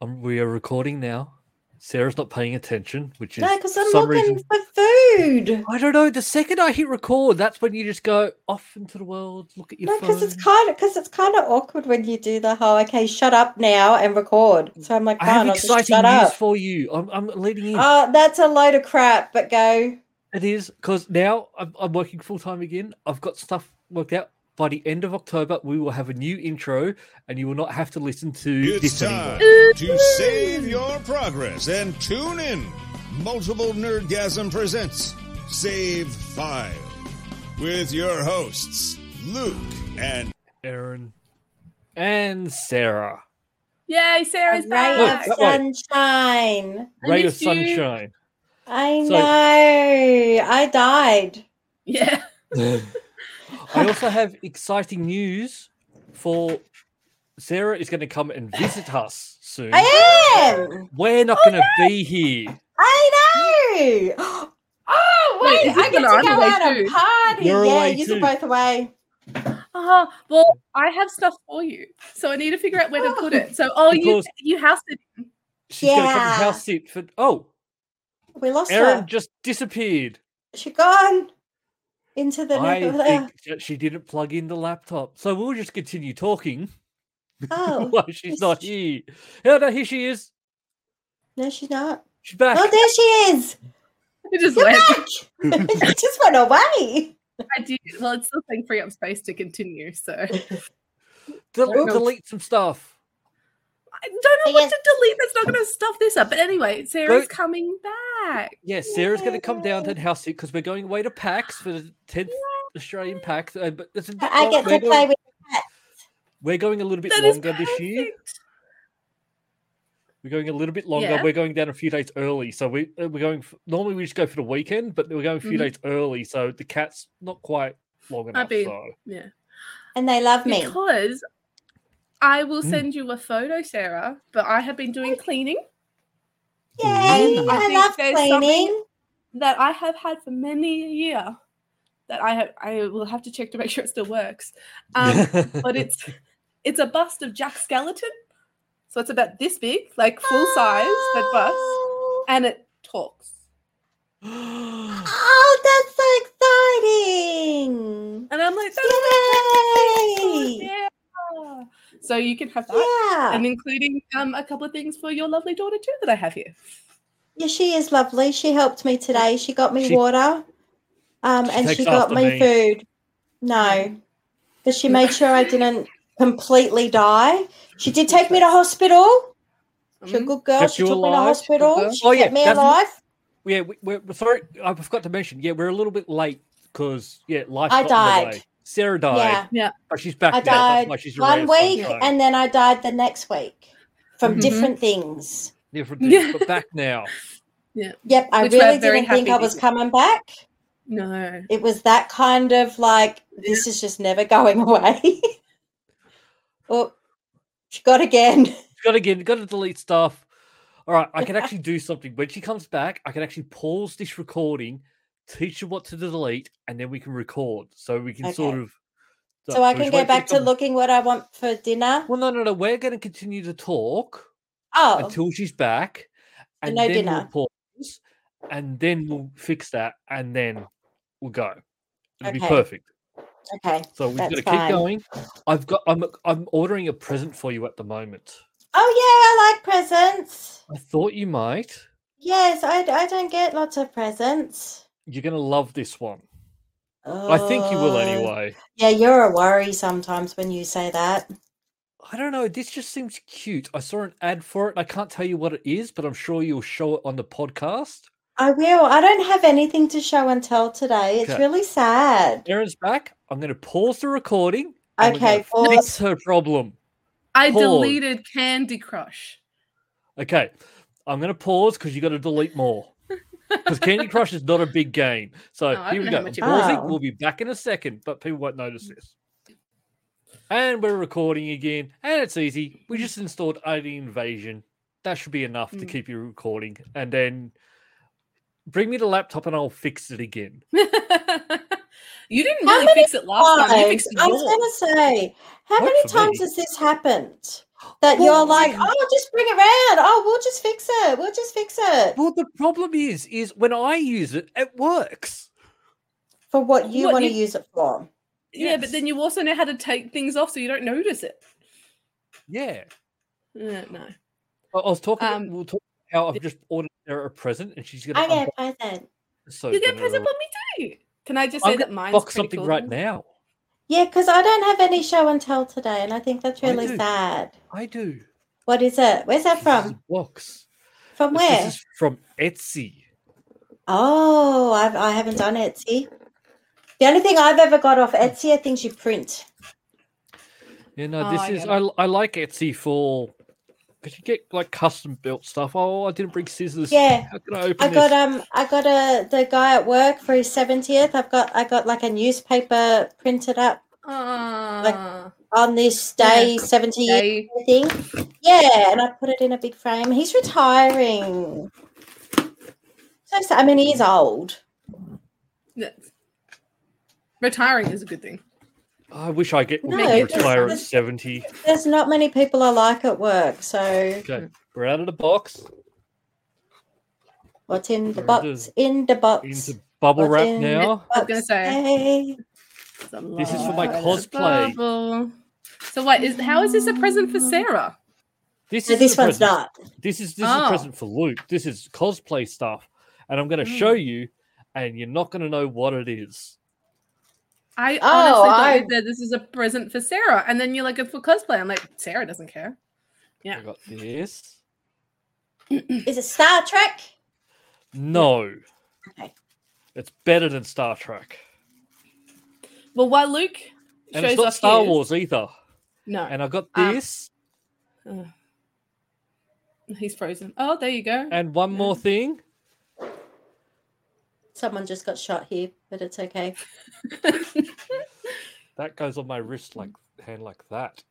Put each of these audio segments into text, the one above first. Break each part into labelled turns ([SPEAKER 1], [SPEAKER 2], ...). [SPEAKER 1] Um, we are recording now. Sarah's not paying attention, which is
[SPEAKER 2] No, because I'm
[SPEAKER 1] some
[SPEAKER 2] looking
[SPEAKER 1] reason-
[SPEAKER 2] for food.
[SPEAKER 1] I don't know. The second I hit record, that's when you just go off into the world. Look at your
[SPEAKER 2] No,
[SPEAKER 1] phone.
[SPEAKER 2] because it's kind of because it's kind of awkward when you do the whole okay, shut up now and record. So I'm like,
[SPEAKER 1] Mm. I have
[SPEAKER 2] fine, I'll just
[SPEAKER 1] exciting
[SPEAKER 2] shut
[SPEAKER 1] news
[SPEAKER 2] up.
[SPEAKER 1] for you. I'm, I'm leading in.
[SPEAKER 2] Oh, that's a load of crap. But go.
[SPEAKER 1] it is because now I'm, I'm working full time again. I've got stuff worked out. By the end of October, we will have a new intro, and you will not have to listen to
[SPEAKER 3] It's
[SPEAKER 1] this
[SPEAKER 3] time
[SPEAKER 1] anymore.
[SPEAKER 3] to save your progress and tune in. Multiple Nerdgasm presents Save File with your hosts, Luke and
[SPEAKER 1] Aaron and Sarah,
[SPEAKER 4] Yay, Sarah's
[SPEAKER 2] A
[SPEAKER 4] back.
[SPEAKER 2] ray of
[SPEAKER 1] Look, that way.
[SPEAKER 2] sunshine.
[SPEAKER 4] I
[SPEAKER 1] ray of
[SPEAKER 4] missed you.
[SPEAKER 1] sunshine.
[SPEAKER 2] I
[SPEAKER 1] So-
[SPEAKER 2] know. I died.
[SPEAKER 4] Yeah.
[SPEAKER 1] I also have exciting news for Sarah is going to come and visit us soon.
[SPEAKER 2] I am. Oh,
[SPEAKER 1] We're not going to be here.
[SPEAKER 2] I know. Oh
[SPEAKER 4] Wait,
[SPEAKER 2] wait,
[SPEAKER 4] is
[SPEAKER 2] I
[SPEAKER 4] this
[SPEAKER 2] get to
[SPEAKER 4] when
[SPEAKER 2] go
[SPEAKER 4] I'm away
[SPEAKER 2] out and
[SPEAKER 4] too?
[SPEAKER 2] party.
[SPEAKER 1] You're
[SPEAKER 2] yeah,
[SPEAKER 1] away
[SPEAKER 2] you're
[SPEAKER 1] too.
[SPEAKER 2] both away.
[SPEAKER 4] Uh, well, I have stuff for you. So I need to figure out where to put it. So, oh, you,
[SPEAKER 1] Because-
[SPEAKER 4] you housed it.
[SPEAKER 1] She's going to come and
[SPEAKER 2] Yeah.
[SPEAKER 1] house sit for. Oh,
[SPEAKER 2] We lost
[SPEAKER 1] Erin
[SPEAKER 2] her.
[SPEAKER 1] just disappeared. she
[SPEAKER 2] She gone into the.
[SPEAKER 1] I
[SPEAKER 2] never-
[SPEAKER 1] think that she didn't plug in the laptop. So we'll just continue talking
[SPEAKER 2] Oh
[SPEAKER 1] while she's not here. Oh, no, here she is.
[SPEAKER 2] no, she's not.
[SPEAKER 1] She's back.
[SPEAKER 2] Oh, there she is.
[SPEAKER 4] It just
[SPEAKER 2] You're
[SPEAKER 4] went.
[SPEAKER 2] back. you just went away.
[SPEAKER 4] I did. Well, it's still saying free up space to continue. So I don't
[SPEAKER 1] Del-
[SPEAKER 4] Oh.
[SPEAKER 1] delete some stuff.
[SPEAKER 4] know
[SPEAKER 2] I
[SPEAKER 4] what
[SPEAKER 2] guess-
[SPEAKER 4] to delete. That's not going to stuff this up. But anyway, Sarah's
[SPEAKER 1] Don't-
[SPEAKER 4] coming back.
[SPEAKER 1] Yes, Sarah's going to come down to house sit because we're going away to PAX for the 10th Australian PAX. Uh, but it's a bit
[SPEAKER 2] I
[SPEAKER 1] long-
[SPEAKER 2] get
[SPEAKER 1] we're
[SPEAKER 2] to play
[SPEAKER 1] going-
[SPEAKER 2] with.
[SPEAKER 1] We're going a little bit
[SPEAKER 4] That is
[SPEAKER 1] longer this year.
[SPEAKER 4] perfect.
[SPEAKER 1] We're going a little bit longer.
[SPEAKER 4] Yeah.
[SPEAKER 1] We're going down a few days early, so we uh, we're going. f normally we just go for the weekend, but we're going a few
[SPEAKER 2] Mm-hmm.
[SPEAKER 4] Mhm.
[SPEAKER 1] days early, so the cat's not quite long enough.
[SPEAKER 4] be-
[SPEAKER 1] So.
[SPEAKER 4] Yeah.
[SPEAKER 2] And they love me.
[SPEAKER 4] Because I will
[SPEAKER 1] Mm.
[SPEAKER 4] send you a photo, Sarah, but I have been doing cleaning.
[SPEAKER 2] Yay!
[SPEAKER 1] Ooh.
[SPEAKER 4] I
[SPEAKER 2] I
[SPEAKER 4] think
[SPEAKER 2] love
[SPEAKER 4] there's something-
[SPEAKER 2] cleaning.
[SPEAKER 4] that I have had for many a year that I have I will have to check to make sure it still works. Um, but it's it's a bust of Jack Skeleton. So it's about this big, like full size, that bust,
[SPEAKER 2] Oh,
[SPEAKER 4] and it talks.
[SPEAKER 2] Oh, that's so exciting!
[SPEAKER 4] And I'm like, "That's
[SPEAKER 2] Yay!
[SPEAKER 4] cool, yeah. So you can have that.
[SPEAKER 2] Yeah.
[SPEAKER 4] And including um, a couple of things for your lovely daughter too that I have here.
[SPEAKER 2] yeah, she is lovely. She helped me today. She got me
[SPEAKER 1] She-
[SPEAKER 2] water, um,
[SPEAKER 1] She
[SPEAKER 2] and she
[SPEAKER 1] takes
[SPEAKER 2] got
[SPEAKER 1] after
[SPEAKER 2] me
[SPEAKER 1] me.
[SPEAKER 2] food. No, but she made sure I didn't completely die. She did take me to hospital. She's a
[SPEAKER 4] Mm.
[SPEAKER 2] good girl.
[SPEAKER 1] Kept
[SPEAKER 2] She
[SPEAKER 1] you
[SPEAKER 2] took me to
[SPEAKER 1] alive,
[SPEAKER 4] good girl.
[SPEAKER 2] hospital. She
[SPEAKER 1] Oh, yeah,
[SPEAKER 2] kept me
[SPEAKER 1] that's-
[SPEAKER 2] alive.
[SPEAKER 1] yeah, we, we're we're sorry. I forgot to mention. Yeah, we're a little bit late because yeah, life.
[SPEAKER 2] I
[SPEAKER 1] got in the
[SPEAKER 2] died.
[SPEAKER 1] way. Sarah died,
[SPEAKER 2] Yeah.
[SPEAKER 1] but she's back
[SPEAKER 2] I
[SPEAKER 1] now. That's
[SPEAKER 2] died
[SPEAKER 1] why she's a ray
[SPEAKER 2] one
[SPEAKER 1] of
[SPEAKER 2] week
[SPEAKER 1] sunshine.
[SPEAKER 2] and then I died the next week from
[SPEAKER 4] Mhm.
[SPEAKER 2] different things.
[SPEAKER 1] different things,
[SPEAKER 4] Yeah.
[SPEAKER 1] but back now.
[SPEAKER 2] Yep, I
[SPEAKER 4] Which we're
[SPEAKER 2] really
[SPEAKER 4] very
[SPEAKER 2] didn't think
[SPEAKER 4] happy
[SPEAKER 2] I
[SPEAKER 4] that
[SPEAKER 2] was
[SPEAKER 4] you-
[SPEAKER 2] coming back.
[SPEAKER 4] No.
[SPEAKER 2] It was that kind of like this is just never going away. oh, she got again.
[SPEAKER 1] Got to get, got to delete stuff. All right, I can actually do something. When she comes back, I can actually pause this recording, teach her what to delete, and then we can record. So we can sort
[SPEAKER 2] Okay.
[SPEAKER 1] of.
[SPEAKER 2] So I
[SPEAKER 1] we
[SPEAKER 2] can
[SPEAKER 1] just
[SPEAKER 2] go
[SPEAKER 1] wait for
[SPEAKER 2] back to
[SPEAKER 1] come-
[SPEAKER 2] looking what I want for dinner.
[SPEAKER 1] Well, no, no, no. We're going to continue to talk
[SPEAKER 2] Oh,
[SPEAKER 1] until she's back,
[SPEAKER 2] So
[SPEAKER 1] and
[SPEAKER 2] no
[SPEAKER 1] then
[SPEAKER 2] dinner.
[SPEAKER 1] we'll pause, and then we'll fix that, and then we'll go. It'll be
[SPEAKER 2] Okay.
[SPEAKER 1] perfect.
[SPEAKER 2] okay.
[SPEAKER 1] So we've got
[SPEAKER 2] That's
[SPEAKER 1] to keep
[SPEAKER 2] fine.
[SPEAKER 1] going. I've got. I'm. I'm ordering a present for you at the moment.
[SPEAKER 2] Oh yeah, I like presents.
[SPEAKER 1] I thought you might.
[SPEAKER 2] Yes, I, I don't get lots of presents.
[SPEAKER 1] You're going to love this one. I think you will
[SPEAKER 2] Oh.
[SPEAKER 1] anyway.
[SPEAKER 2] Yeah, you're a worry sometimes when you say that.
[SPEAKER 1] I don't know. This just seems cute. I saw an ad for it. And I can't tell you what it is, but I'm sure you'll show it on the podcast.
[SPEAKER 2] I will. I don't have anything to show and tell today. It's
[SPEAKER 1] Okay.
[SPEAKER 2] really sad.
[SPEAKER 1] Erin's back. I'm going to pause the recording. and we're
[SPEAKER 2] Okay,
[SPEAKER 1] gonna fix
[SPEAKER 2] pause.
[SPEAKER 1] her problem.
[SPEAKER 4] I
[SPEAKER 1] Pause.
[SPEAKER 4] deleted Candy Crush.
[SPEAKER 1] Okay, I'm going to pause because you got to delete more. Because Candy Crush is not a big game. So
[SPEAKER 4] No, I
[SPEAKER 1] here we
[SPEAKER 4] don't
[SPEAKER 1] go.
[SPEAKER 4] know
[SPEAKER 1] I'm
[SPEAKER 4] how much
[SPEAKER 1] pausing.
[SPEAKER 4] it
[SPEAKER 2] is.
[SPEAKER 1] We'll be back in a second, but people won't notice this. And we're recording again, and it's easy. We just installed Alien Invasion. That should be enough to
[SPEAKER 4] Mm.
[SPEAKER 1] keep you recording. And then bring me the laptop, and I'll fix it again.
[SPEAKER 4] you didn't
[SPEAKER 2] How
[SPEAKER 4] really
[SPEAKER 2] many
[SPEAKER 4] fix it last time. You
[SPEAKER 2] Guys,
[SPEAKER 4] fixed
[SPEAKER 2] I was
[SPEAKER 4] yours.
[SPEAKER 2] going to say, how
[SPEAKER 1] Worked
[SPEAKER 2] many
[SPEAKER 1] for
[SPEAKER 2] times
[SPEAKER 1] me.
[SPEAKER 2] has this happened? that
[SPEAKER 1] Well,
[SPEAKER 2] you're like,
[SPEAKER 1] see-
[SPEAKER 2] oh, just bring it round. Oh, we'll just fix it. We'll just fix it
[SPEAKER 1] Well, the problem is, is when I use it, it works.
[SPEAKER 2] for what you
[SPEAKER 4] What
[SPEAKER 2] want to
[SPEAKER 4] you-
[SPEAKER 2] use it for.
[SPEAKER 4] Yeah, but then you also know how to take things off so you don't notice it.
[SPEAKER 1] Yeah.
[SPEAKER 4] Uh, no.
[SPEAKER 1] I, I was talking.
[SPEAKER 4] Um,
[SPEAKER 1] we'll talk how I've just ordered her a present, and she's gonna
[SPEAKER 2] I
[SPEAKER 1] unbox
[SPEAKER 2] get a present.
[SPEAKER 1] it. So
[SPEAKER 4] you get a
[SPEAKER 1] gonna
[SPEAKER 4] present
[SPEAKER 1] really-
[SPEAKER 4] for me too. Can I just
[SPEAKER 1] I'm
[SPEAKER 4] say that
[SPEAKER 1] gonna
[SPEAKER 4] mine's
[SPEAKER 1] box
[SPEAKER 4] pretty
[SPEAKER 1] something
[SPEAKER 4] cool?
[SPEAKER 1] right now.
[SPEAKER 2] Yeah, because I don't have any show and tell today, and I think that's
[SPEAKER 1] I
[SPEAKER 2] really
[SPEAKER 1] do.
[SPEAKER 2] sad.
[SPEAKER 1] I do.
[SPEAKER 2] What is it? Where's that
[SPEAKER 1] This is a
[SPEAKER 2] from?
[SPEAKER 1] box.
[SPEAKER 2] From
[SPEAKER 1] This-
[SPEAKER 2] Um, where?
[SPEAKER 1] This is from Etsy.
[SPEAKER 2] Oh, I've, I haven't done Etsy. The only thing I've ever got off Etsy are things you print.
[SPEAKER 1] You know,
[SPEAKER 4] Oh,
[SPEAKER 1] this
[SPEAKER 4] I
[SPEAKER 1] is
[SPEAKER 4] get
[SPEAKER 1] I, I like Etsy for because you get like custom built stuff. Oh, I didn't bring scissors.
[SPEAKER 2] Yeah,
[SPEAKER 1] How can I open
[SPEAKER 2] I
[SPEAKER 1] this?
[SPEAKER 2] got um, I got a the guy at work for his seventieth. I've got I got like a newspaper printed up
[SPEAKER 4] Ah,
[SPEAKER 2] on this day seventy year
[SPEAKER 4] yay.
[SPEAKER 2] thing. Yeah, and I put it in a big frame. He's retiring. So sad. I mean, he's old.
[SPEAKER 4] Yes. Retiring is a good thing.
[SPEAKER 1] I wish I get
[SPEAKER 2] No,
[SPEAKER 1] no,
[SPEAKER 2] it's-
[SPEAKER 1] retire at
[SPEAKER 2] it's-
[SPEAKER 1] seventy.
[SPEAKER 2] There's not many people I like at work. So
[SPEAKER 1] Okay, we're out of the box
[SPEAKER 2] what's in the
[SPEAKER 1] There it
[SPEAKER 2] box?
[SPEAKER 1] is.
[SPEAKER 2] In the box.
[SPEAKER 1] into bubble
[SPEAKER 2] What's
[SPEAKER 1] wrap
[SPEAKER 2] in the
[SPEAKER 1] now.
[SPEAKER 4] I was gonna
[SPEAKER 2] box?
[SPEAKER 4] say.
[SPEAKER 2] Hey.
[SPEAKER 1] Oh. This is for my cosplay.
[SPEAKER 4] cosplay. So what is how is this a present for Sarah?
[SPEAKER 1] This
[SPEAKER 2] No,
[SPEAKER 1] is the
[SPEAKER 2] this one's
[SPEAKER 1] present.
[SPEAKER 2] not.
[SPEAKER 1] This is this is
[SPEAKER 4] Oh.
[SPEAKER 1] a present for Luke. This is cosplay stuff, and I'm going to show
[SPEAKER 2] Mm.
[SPEAKER 1] you, and you're not going to know what it is.
[SPEAKER 4] I honestly
[SPEAKER 2] Oh,
[SPEAKER 4] thought
[SPEAKER 2] I-
[SPEAKER 4] you said this is a present for Sarah, and then you're like, "It's for cosplay." I'm like, Sarah doesn't care. Yeah.
[SPEAKER 1] I got this.
[SPEAKER 2] Is it Star Trek?
[SPEAKER 1] No,
[SPEAKER 2] Okay.
[SPEAKER 1] it's better than Star Trek,
[SPEAKER 4] Well, while Luke
[SPEAKER 1] and
[SPEAKER 4] shows
[SPEAKER 1] it's not
[SPEAKER 4] off
[SPEAKER 1] Star
[SPEAKER 4] his-
[SPEAKER 1] Wars either.
[SPEAKER 4] no,
[SPEAKER 1] And I got
[SPEAKER 2] Ah.
[SPEAKER 4] Um,
[SPEAKER 1] this,
[SPEAKER 4] he's frozen. Oh, there you go.
[SPEAKER 1] and one more thing.
[SPEAKER 2] Someone just got shot here, but it's okay.
[SPEAKER 1] That goes on my wrist like hand like that.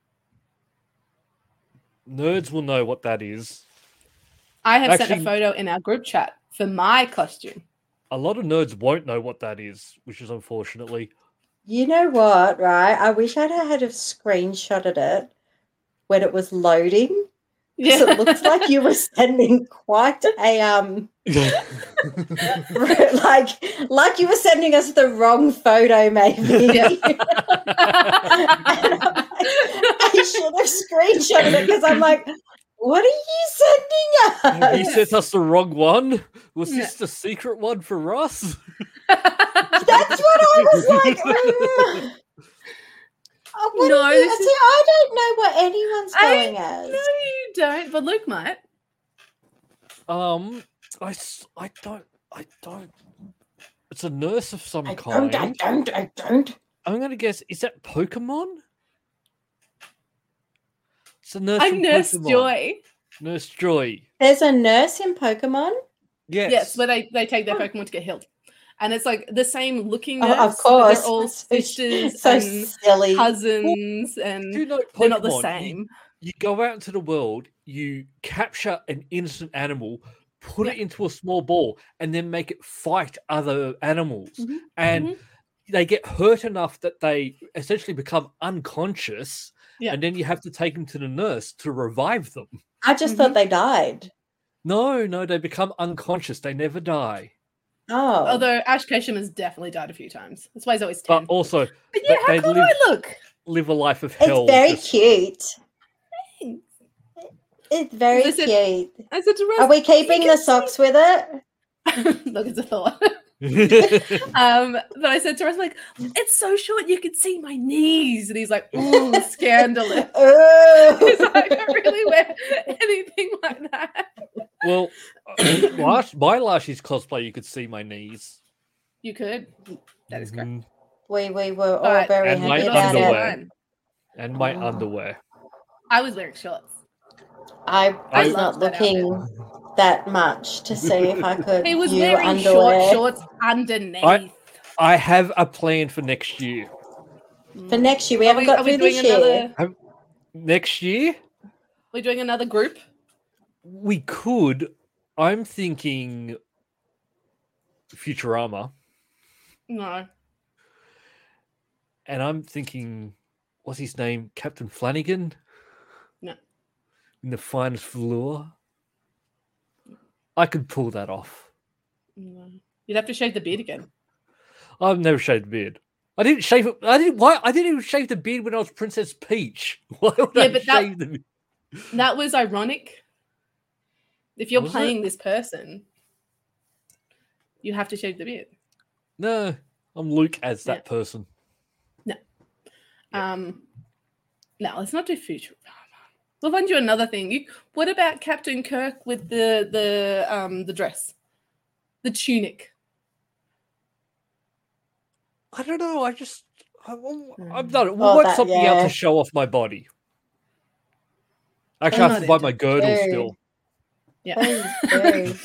[SPEAKER 1] Nerds will know what that is.
[SPEAKER 4] I have sent
[SPEAKER 1] Actually-
[SPEAKER 4] a photo in our group chat for my costume.
[SPEAKER 1] A lot of nerds won't know what that is, which is unfortunately.
[SPEAKER 2] You know what, right? I wish I'd had have screenshotted it when it was loading. 'cause it looks like you were sending quite a um like like you were sending us the wrong photo, maybe.
[SPEAKER 4] Yeah.
[SPEAKER 2] I should have screenshotted it because I'm like, what are you sending us?
[SPEAKER 1] he sent us the wrong one. Was
[SPEAKER 4] Yeah.
[SPEAKER 1] this the secret one for us?
[SPEAKER 2] That's what I was like. mm. Oh, what
[SPEAKER 4] No,
[SPEAKER 2] are you-
[SPEAKER 4] this
[SPEAKER 2] see,
[SPEAKER 4] is-
[SPEAKER 2] I don't know what anyone's
[SPEAKER 4] I
[SPEAKER 2] going as.
[SPEAKER 4] no, you don't. But Luke might.
[SPEAKER 1] Um, I, s- I don't, I don't. It's a nurse of some
[SPEAKER 2] I
[SPEAKER 1] kind.
[SPEAKER 2] don't, I don't, I don't.
[SPEAKER 1] I'm gonna guess. Is that Pokemon? It's a nurse.
[SPEAKER 4] I'm
[SPEAKER 1] from
[SPEAKER 4] Nurse
[SPEAKER 1] Pokemon.
[SPEAKER 4] Joy.
[SPEAKER 1] Nurse Joy.
[SPEAKER 2] There's a nurse in Pokemon.
[SPEAKER 1] Yes.
[SPEAKER 4] Yes, where they, they take their Pokemon to get healed. And it's like the same looking
[SPEAKER 2] Oh,
[SPEAKER 4] nurse,
[SPEAKER 2] of
[SPEAKER 4] but
[SPEAKER 2] course.
[SPEAKER 4] They're all
[SPEAKER 2] So sh-
[SPEAKER 4] sisters
[SPEAKER 2] so
[SPEAKER 4] and
[SPEAKER 2] silly.
[SPEAKER 4] cousins
[SPEAKER 1] Do you
[SPEAKER 4] and
[SPEAKER 1] know Pokemon?
[SPEAKER 4] they're not the
[SPEAKER 1] You-
[SPEAKER 4] same.
[SPEAKER 1] You, go out into the world. You capture an innocent animal, put it
[SPEAKER 4] Yeah.
[SPEAKER 1] into a small ball, and then make it fight other animals.
[SPEAKER 4] Mhm,
[SPEAKER 1] And
[SPEAKER 4] Mm-hmm.
[SPEAKER 1] they get hurt enough that they essentially become unconscious.
[SPEAKER 4] Yeah.
[SPEAKER 1] And then you have to take them to the nurse to revive them.
[SPEAKER 2] I just
[SPEAKER 4] Mm-hmm.
[SPEAKER 2] thought they died.
[SPEAKER 1] No, no, they become unconscious. They never die.
[SPEAKER 2] Oh,
[SPEAKER 4] Although Ash Ketchum has definitely died a few times. That's why he's always 10.
[SPEAKER 1] But also
[SPEAKER 4] But yeah,
[SPEAKER 1] but
[SPEAKER 4] how
[SPEAKER 1] they
[SPEAKER 4] cool
[SPEAKER 1] live-
[SPEAKER 4] do I look?
[SPEAKER 1] live a life of hell.
[SPEAKER 2] it's very
[SPEAKER 1] just-
[SPEAKER 2] cute.
[SPEAKER 4] Thanks.
[SPEAKER 2] It's very
[SPEAKER 4] Listen,
[SPEAKER 2] cute.
[SPEAKER 4] I said to
[SPEAKER 2] Are
[SPEAKER 4] Rose,
[SPEAKER 2] we keeping the socks with it?
[SPEAKER 4] look, it's a thought. Um, but I said to Rose, like, it's so short you can see my knees. And he's like, ooh, scandalous. He's like,
[SPEAKER 2] Oh.
[SPEAKER 4] I don't really wear anything like that.
[SPEAKER 1] well, last, my last year's cosplay, you could see my knees.
[SPEAKER 4] You could. That is correct.
[SPEAKER 1] Mhm.
[SPEAKER 2] we we were all
[SPEAKER 4] But-
[SPEAKER 2] very
[SPEAKER 1] And my
[SPEAKER 2] happy about
[SPEAKER 1] underwear.
[SPEAKER 2] it.
[SPEAKER 1] And my
[SPEAKER 4] Ah.
[SPEAKER 2] Oh.
[SPEAKER 1] underwear.
[SPEAKER 4] I was wearing shorts.
[SPEAKER 2] I
[SPEAKER 1] I
[SPEAKER 2] was not
[SPEAKER 4] loved that
[SPEAKER 2] looking that much to see if I could
[SPEAKER 4] He was
[SPEAKER 2] view
[SPEAKER 4] wearing
[SPEAKER 2] underwear.
[SPEAKER 4] short shorts underneath.
[SPEAKER 1] I- I have a plan for next year.
[SPEAKER 4] Mm.
[SPEAKER 2] For next year, we haven't got through this year.
[SPEAKER 4] another?
[SPEAKER 1] Next year,
[SPEAKER 4] We're doing another group.
[SPEAKER 1] we could. I'm thinking Futurama,
[SPEAKER 4] No,
[SPEAKER 1] and I'm thinking, what's his name? Captain Flanagan? in the finest velour. I could pull that off.
[SPEAKER 4] Mm. You'd have to shave the beard again.
[SPEAKER 1] I've never shaved a beard. I didn't shave it. I didn't. Why? I didn't even shave the beard when I was Princess Peach. Why would
[SPEAKER 4] Yeah,
[SPEAKER 1] I
[SPEAKER 4] but that-
[SPEAKER 1] shave the beard?
[SPEAKER 4] That was ironic. If you're
[SPEAKER 1] Was it?
[SPEAKER 4] playing this person, you have to shave the beard.
[SPEAKER 1] No, I'm Luke as that
[SPEAKER 4] Yeah.
[SPEAKER 1] person.
[SPEAKER 4] Um, no, let's not do future. Oh, We'll find you another thing. You, what about Captain Kirk with the the um the dress, the tunic?
[SPEAKER 1] I don't know. I just. I, I-
[SPEAKER 4] Mm.
[SPEAKER 1] I've done it.
[SPEAKER 2] Oh,
[SPEAKER 1] We'll work
[SPEAKER 2] that-
[SPEAKER 1] something out
[SPEAKER 2] yeah.
[SPEAKER 1] to show off my body. Actually, I have to
[SPEAKER 4] Got
[SPEAKER 1] buy
[SPEAKER 4] it.
[SPEAKER 1] my girdle
[SPEAKER 2] Very-
[SPEAKER 1] still.
[SPEAKER 4] Yeah.
[SPEAKER 2] Very, very.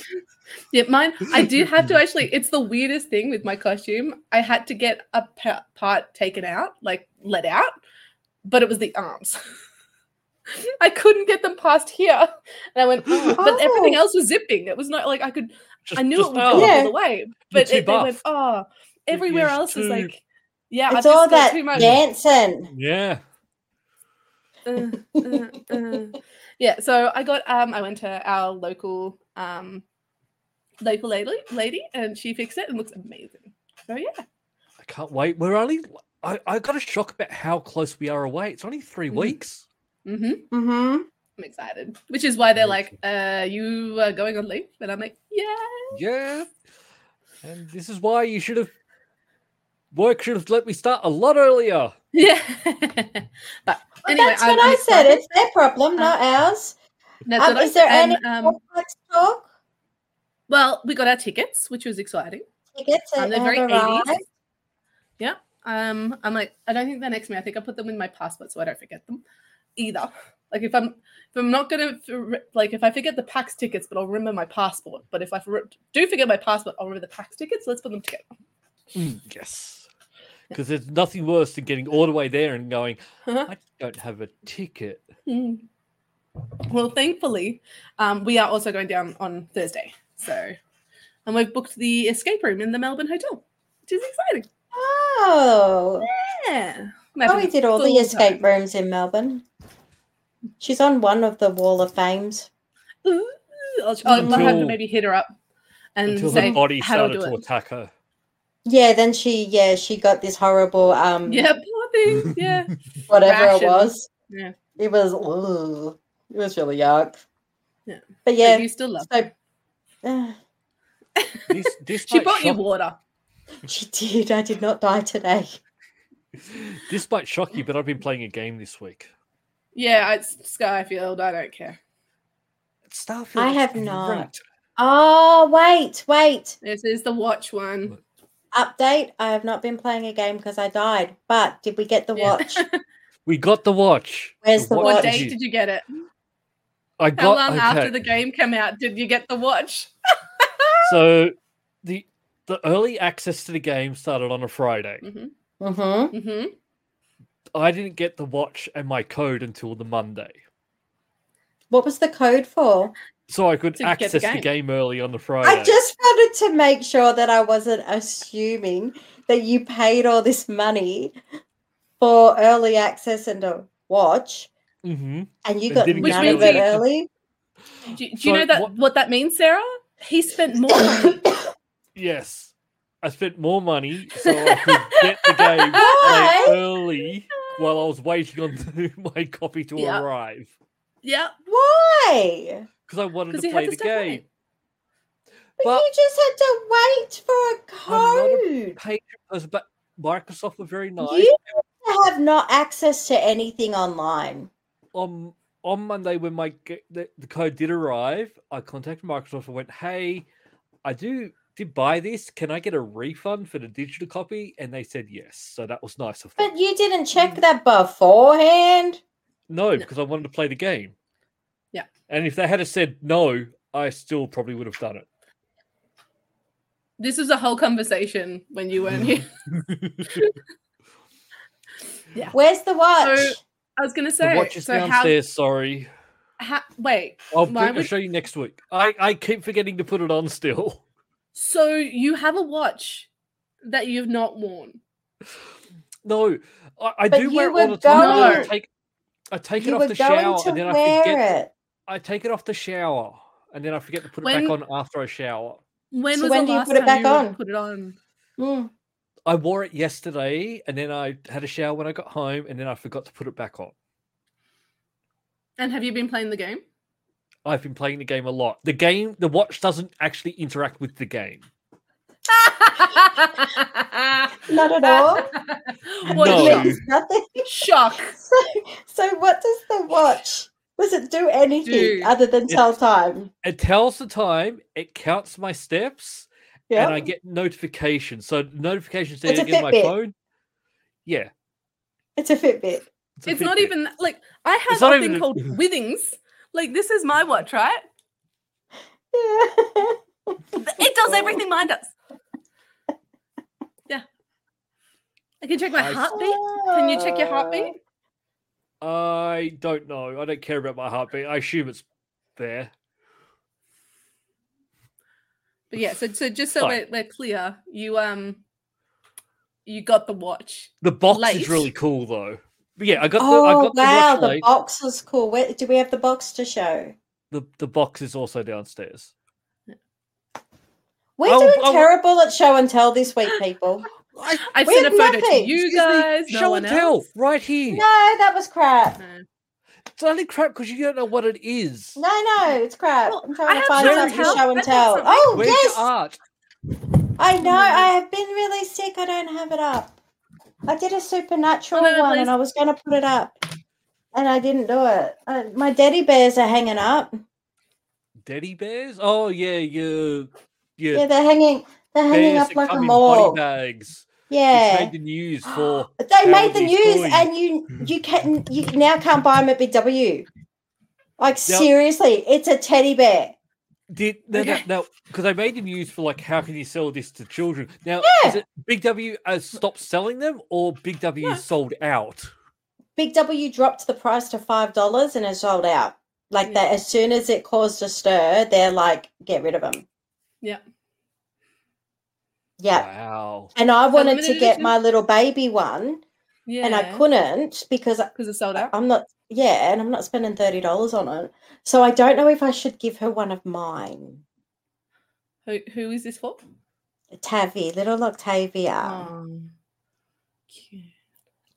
[SPEAKER 4] Yeah, mine. I do have to actually. It's the weirdest thing with my costume. I had to get a pa- part taken out, like let out, but it was the arms. I couldn't get them past here, and I went. "Oh," But everything
[SPEAKER 2] Oh.
[SPEAKER 4] else was zipping. It was not like I could.
[SPEAKER 1] Just,
[SPEAKER 4] I knew
[SPEAKER 1] just oh.
[SPEAKER 4] it would
[SPEAKER 1] now.
[SPEAKER 4] go
[SPEAKER 2] Yeah.
[SPEAKER 4] all the way, but
[SPEAKER 1] too
[SPEAKER 4] it, they
[SPEAKER 1] buff.
[SPEAKER 4] went. Oh, everywhere
[SPEAKER 1] you're
[SPEAKER 4] else is
[SPEAKER 1] too-
[SPEAKER 4] like. Yeah, I've
[SPEAKER 2] it's
[SPEAKER 4] just
[SPEAKER 2] all
[SPEAKER 4] got
[SPEAKER 2] that
[SPEAKER 4] too much.
[SPEAKER 2] dancing.
[SPEAKER 1] Yeah.
[SPEAKER 4] uh, uh, uh. yeah so i got um i went to our local um local lady lady and she fixed it and looks amazing so yeah
[SPEAKER 1] I can't wait. We're only. I, I got a shock about how close we are away. It's only 3
[SPEAKER 4] Mhm.
[SPEAKER 1] weeks.
[SPEAKER 4] hmm
[SPEAKER 2] Mm-hmm.
[SPEAKER 4] i'm excited which is why they're like uh you are going on leave and i'm like yeah
[SPEAKER 1] Yeah. And this is why you should have. Work should have let me start a lot earlier.
[SPEAKER 4] yeah but
[SPEAKER 2] But
[SPEAKER 4] anyway
[SPEAKER 2] that's what
[SPEAKER 4] I'm
[SPEAKER 2] i said.
[SPEAKER 4] excited.
[SPEAKER 2] It's their problem, not ours.
[SPEAKER 4] That's
[SPEAKER 2] Um,
[SPEAKER 4] what I
[SPEAKER 2] is there
[SPEAKER 4] said,
[SPEAKER 2] any
[SPEAKER 4] and, um,
[SPEAKER 2] more sex talk?
[SPEAKER 4] well we got our tickets which was exciting
[SPEAKER 2] Tickets
[SPEAKER 4] um, they're
[SPEAKER 2] have
[SPEAKER 4] very 80s
[SPEAKER 2] arrived.
[SPEAKER 4] yeah um i'm like i don't think they're next to me i think i put them in my passport so i don't forget them either like if i'm if i'm not gonna for- like if i forget the pax tickets but i'll remember my passport but if i for- do forget my passport i'll remember the pax tickets let's put them together
[SPEAKER 1] Mm, yes. Because there's nothing worse than getting all the way there and going,
[SPEAKER 4] Uh-huh.
[SPEAKER 1] I don't have a ticket.
[SPEAKER 4] Mm. well thankfully um we are also going down on thursday so and we've booked the escape room in the melbourne hotel which is exciting
[SPEAKER 2] Oh,
[SPEAKER 4] yeah
[SPEAKER 2] oh,
[SPEAKER 4] I'm having
[SPEAKER 2] we
[SPEAKER 4] a
[SPEAKER 2] did all the
[SPEAKER 4] full
[SPEAKER 2] escape
[SPEAKER 4] time.
[SPEAKER 2] rooms in Melbourne. She's on one of the Wall of Fames.
[SPEAKER 4] Ooh, I'll, I'll have to
[SPEAKER 1] Until-
[SPEAKER 4] maybe hit her up and
[SPEAKER 1] Until
[SPEAKER 4] say
[SPEAKER 1] the body
[SPEAKER 4] how to
[SPEAKER 1] started
[SPEAKER 4] do
[SPEAKER 1] to
[SPEAKER 4] it.
[SPEAKER 1] attack her.
[SPEAKER 2] Yeah, then she yeah she got this horrible um
[SPEAKER 1] Mm.
[SPEAKER 4] Yeah, poor thing. Yeah.
[SPEAKER 2] whatever
[SPEAKER 4] Ration.
[SPEAKER 2] it was.
[SPEAKER 4] Yeah.
[SPEAKER 2] It was ugh, it was really yuck.
[SPEAKER 4] Yeah.
[SPEAKER 2] But yeah,
[SPEAKER 4] yeah. You still love.
[SPEAKER 2] so uh,
[SPEAKER 1] This, this
[SPEAKER 4] She
[SPEAKER 1] might
[SPEAKER 4] bought you
[SPEAKER 1] shock-
[SPEAKER 4] water.
[SPEAKER 2] she did. I did not die today.
[SPEAKER 1] This might shock you, but I've been playing a game this week.
[SPEAKER 4] Yeah, it's Skyfield. I don't care.
[SPEAKER 1] Starfield.
[SPEAKER 2] I
[SPEAKER 1] is
[SPEAKER 2] have not.
[SPEAKER 1] great.
[SPEAKER 2] Oh wait, wait.
[SPEAKER 4] This is the watch one.
[SPEAKER 2] Update. I have not been playing a game because I died. But did we get the
[SPEAKER 4] Yeah.
[SPEAKER 2] watch?
[SPEAKER 1] We got the watch.
[SPEAKER 2] Where's the
[SPEAKER 4] What
[SPEAKER 2] Watch.
[SPEAKER 4] date did you get it?
[SPEAKER 1] I
[SPEAKER 4] How
[SPEAKER 1] got
[SPEAKER 4] long
[SPEAKER 1] okay.
[SPEAKER 4] after the game came out did you get the watch?
[SPEAKER 1] so the the early access to the game started on a Friday.
[SPEAKER 4] hmm
[SPEAKER 2] Mm-hmm.
[SPEAKER 4] hmm
[SPEAKER 1] I didn't get the watch and my code until the Monday,
[SPEAKER 2] What was the code for?
[SPEAKER 1] so I could
[SPEAKER 4] To get the
[SPEAKER 1] access the game.
[SPEAKER 4] game.
[SPEAKER 1] early on the Friday.
[SPEAKER 2] I just wanted to make sure that I wasn't assuming that you paid all this money for early access and a watch,
[SPEAKER 1] hmm
[SPEAKER 2] and you
[SPEAKER 1] And
[SPEAKER 2] got
[SPEAKER 1] didn't
[SPEAKER 4] get
[SPEAKER 2] none
[SPEAKER 4] it
[SPEAKER 2] of it
[SPEAKER 4] early.
[SPEAKER 2] early.
[SPEAKER 4] Do, do you
[SPEAKER 1] So
[SPEAKER 4] know that
[SPEAKER 1] what-
[SPEAKER 4] what... that means, Sarah? He spent more money.
[SPEAKER 1] Yes, I spent more money so I could get the game
[SPEAKER 2] Why?
[SPEAKER 1] played early while I was waiting on my copy to
[SPEAKER 4] Yeah.
[SPEAKER 1] arrive
[SPEAKER 4] yeah.
[SPEAKER 2] Why?
[SPEAKER 1] because I wanted
[SPEAKER 4] 'Cause
[SPEAKER 1] to
[SPEAKER 4] you had
[SPEAKER 1] play
[SPEAKER 4] the
[SPEAKER 1] the
[SPEAKER 4] stuff right.
[SPEAKER 1] game.
[SPEAKER 2] But,
[SPEAKER 1] But-
[SPEAKER 2] you just had to wait for a
[SPEAKER 1] I'm not a-
[SPEAKER 2] code.
[SPEAKER 1] patient person, but Microsoft were very nice.
[SPEAKER 2] You have not access to anything online.
[SPEAKER 1] On on Monday, when my g- the, the code did arrive, I contacted Microsoft and went, "Hey, I do did buy this. Can I get a refund for the digital copy?" And they said yes. So that was nice of them.
[SPEAKER 2] But you didn't
[SPEAKER 1] Hmm.
[SPEAKER 2] check that beforehand.
[SPEAKER 1] no, because I wanted to play the game.
[SPEAKER 4] Yeah.
[SPEAKER 1] And if they had have said no, I still probably would have done it.
[SPEAKER 4] This is a whole conversation when you weren't
[SPEAKER 1] Mm.
[SPEAKER 4] here.
[SPEAKER 2] Where's the watch?
[SPEAKER 4] I was gonna say.
[SPEAKER 1] the watch is
[SPEAKER 4] so how,
[SPEAKER 1] downstairs. Sorry,
[SPEAKER 4] how? Wait.
[SPEAKER 1] I'll,
[SPEAKER 4] why
[SPEAKER 1] bring, I'll
[SPEAKER 4] would-
[SPEAKER 1] show you next week. I I keep forgetting to put it on still.
[SPEAKER 4] So you have a watch that you've not worn.
[SPEAKER 1] No, I, I
[SPEAKER 2] But
[SPEAKER 1] do wear it
[SPEAKER 2] you
[SPEAKER 1] all
[SPEAKER 2] were
[SPEAKER 1] the time. and I
[SPEAKER 4] going-
[SPEAKER 1] take, I take it
[SPEAKER 2] you
[SPEAKER 1] off
[SPEAKER 2] were
[SPEAKER 1] the
[SPEAKER 2] going
[SPEAKER 1] shower
[SPEAKER 2] to
[SPEAKER 1] and then I
[SPEAKER 2] wear
[SPEAKER 1] forget.
[SPEAKER 2] it.
[SPEAKER 1] I take it off the shower and then I forget to put it
[SPEAKER 4] When-
[SPEAKER 1] back on after I shower.
[SPEAKER 4] When
[SPEAKER 2] So
[SPEAKER 4] was
[SPEAKER 2] when
[SPEAKER 4] the
[SPEAKER 2] do you
[SPEAKER 4] last
[SPEAKER 2] put it
[SPEAKER 4] time
[SPEAKER 2] back
[SPEAKER 4] you
[SPEAKER 2] on?
[SPEAKER 4] Put it on.
[SPEAKER 1] Hmm.
[SPEAKER 2] Mm.
[SPEAKER 1] I wore it yesterday and then I had a shower when I got home and then I forgot to put it back on.
[SPEAKER 4] And have you been playing the game?
[SPEAKER 1] I've been playing the game a lot. The game, the watch doesn't actually interact with the game.
[SPEAKER 2] Not at all.
[SPEAKER 4] What
[SPEAKER 1] No.
[SPEAKER 4] shock.
[SPEAKER 2] Means nothing.
[SPEAKER 4] shock.
[SPEAKER 2] So, so what does the watch? Does it do anything
[SPEAKER 4] Dude.
[SPEAKER 2] other than
[SPEAKER 1] Yeah.
[SPEAKER 2] tell time?
[SPEAKER 1] It tells the time, it counts my steps,
[SPEAKER 2] Yeah.
[SPEAKER 1] and I get notifications. So notifications there
[SPEAKER 2] It's a
[SPEAKER 1] in my
[SPEAKER 2] Fitbit.
[SPEAKER 1] phone. Yeah.
[SPEAKER 2] It's a Fitbit.
[SPEAKER 1] a
[SPEAKER 4] It's not
[SPEAKER 1] Fitbit.
[SPEAKER 4] even like I
[SPEAKER 1] It's
[SPEAKER 4] have
[SPEAKER 1] not
[SPEAKER 4] a thing
[SPEAKER 1] even-
[SPEAKER 4] called Withings. Like this is my watch, right?
[SPEAKER 2] Yeah.
[SPEAKER 4] It does everything mine does. Yeah. I can check my
[SPEAKER 1] I-
[SPEAKER 4] heartbeat. Can you check your heartbeat?
[SPEAKER 1] I don't know. I don't care about my heartbeat. I assume it's there.
[SPEAKER 4] But yeah, so so just so
[SPEAKER 1] Fine.
[SPEAKER 4] we're, we're clear, you um you got the watch.
[SPEAKER 1] The box
[SPEAKER 4] Late.
[SPEAKER 1] is really cool though. But yeah, I got the I
[SPEAKER 2] Oh
[SPEAKER 1] got
[SPEAKER 2] wow,
[SPEAKER 1] the watch
[SPEAKER 2] the
[SPEAKER 1] late.
[SPEAKER 2] box is cool. Where, do we have the box to show?
[SPEAKER 1] The, the box is also downstairs.
[SPEAKER 2] We're
[SPEAKER 1] Oh,
[SPEAKER 2] doing
[SPEAKER 1] oh,
[SPEAKER 2] terrible at show and tell this week, people.
[SPEAKER 1] I,
[SPEAKER 4] I
[SPEAKER 2] We
[SPEAKER 4] sent a
[SPEAKER 2] have
[SPEAKER 4] photo
[SPEAKER 2] nothing.
[SPEAKER 4] to you
[SPEAKER 1] Excuse me,
[SPEAKER 4] guys. no
[SPEAKER 1] show
[SPEAKER 4] one
[SPEAKER 1] and tell
[SPEAKER 4] else.
[SPEAKER 1] right here.
[SPEAKER 2] No, that was crap.
[SPEAKER 4] No.
[SPEAKER 1] It's only crap because you don't know what it is.
[SPEAKER 2] No, no, it's crap.
[SPEAKER 4] Well,
[SPEAKER 2] I'm
[SPEAKER 4] I
[SPEAKER 2] trying to
[SPEAKER 4] have
[SPEAKER 2] find
[SPEAKER 1] show and
[SPEAKER 2] something to
[SPEAKER 1] tell.
[SPEAKER 2] show and tell.
[SPEAKER 4] I've got something.
[SPEAKER 2] Oh
[SPEAKER 1] Where's
[SPEAKER 2] yes,
[SPEAKER 1] your art?
[SPEAKER 2] I know.
[SPEAKER 4] Mm.
[SPEAKER 2] I have been really sick. I don't have it up. I did a supernatural
[SPEAKER 4] no, no,
[SPEAKER 2] one, and
[SPEAKER 4] please.
[SPEAKER 2] I was going to put it up, and I didn't do it. Uh, my daddy bears are hanging up.
[SPEAKER 1] Daddy bears? Oh yeah, you
[SPEAKER 2] Yeah,
[SPEAKER 1] yeah.
[SPEAKER 2] they're hanging. They're hanging
[SPEAKER 1] bears
[SPEAKER 2] up
[SPEAKER 1] that
[SPEAKER 2] like a
[SPEAKER 1] come in body
[SPEAKER 2] mall.
[SPEAKER 1] bags. Which
[SPEAKER 2] Yeah,
[SPEAKER 1] made the news for
[SPEAKER 2] they made the
[SPEAKER 1] terribly
[SPEAKER 2] news,
[SPEAKER 1] soiled.
[SPEAKER 2] and you you can you now can't buy them at Big W. Like
[SPEAKER 1] Now-
[SPEAKER 2] seriously, it's a teddy bear.
[SPEAKER 1] Did no no
[SPEAKER 4] Okay.
[SPEAKER 1] no because I made the news for like how can you sell this to children? Now is
[SPEAKER 2] Yeah.
[SPEAKER 1] it Big W uh, stopped selling them or Big W
[SPEAKER 4] Yeah.
[SPEAKER 1] sold out?
[SPEAKER 2] Big W dropped the price to five dollars, and it sold out. Like
[SPEAKER 4] Yeah.
[SPEAKER 2] that, as soon as it caused a stir, they're like, get rid of them.
[SPEAKER 4] Yeah.
[SPEAKER 2] Yeah.
[SPEAKER 1] Wow.
[SPEAKER 2] And I wanted to
[SPEAKER 4] limited
[SPEAKER 2] get
[SPEAKER 4] edition?
[SPEAKER 2] my little baby one,
[SPEAKER 4] Yeah.
[SPEAKER 2] and I Uh-huh. couldn't because
[SPEAKER 4] because it sold out.
[SPEAKER 2] I'm not, yeah, and I'm not spending thirty dollars on it. So I don't know if I should give her one of mine.
[SPEAKER 4] Who who is this for?
[SPEAKER 2] Tavi, little Octavia,
[SPEAKER 4] Um, cute.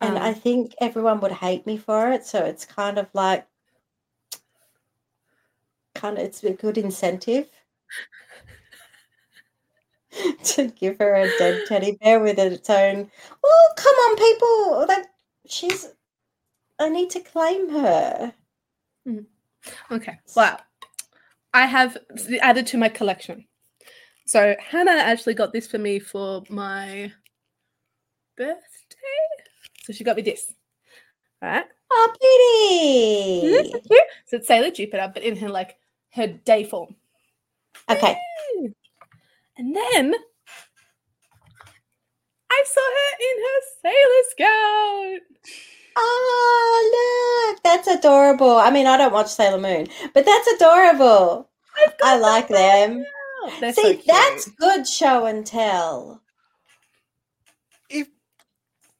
[SPEAKER 2] and I
[SPEAKER 4] um,
[SPEAKER 2] think everyone would hate me for it. So it's kind of like, kind of, it's a good incentive to give her a dead teddy bear with its own. Oh, come on, people! Like she's, I need to claim her.
[SPEAKER 4] Okay. Wow. I have s- added to my collection. So Hannah actually got this for me for my birthday. So she got me this. All right.
[SPEAKER 2] Oh, beauty.
[SPEAKER 4] Isn't this so cute? So it's Sailor Jupiter, but in her like her day form.
[SPEAKER 2] Okay.
[SPEAKER 4] And then I saw her in her Sailor Scout.
[SPEAKER 2] Oh, look. That's adorable. I mean, I don't watch Sailor Moon, but that's adorable.
[SPEAKER 4] I've got
[SPEAKER 2] I
[SPEAKER 4] the
[SPEAKER 2] like them.
[SPEAKER 4] Scout. Oh, They're so
[SPEAKER 2] See,
[SPEAKER 4] cute.
[SPEAKER 2] that's good show and tell.
[SPEAKER 1] If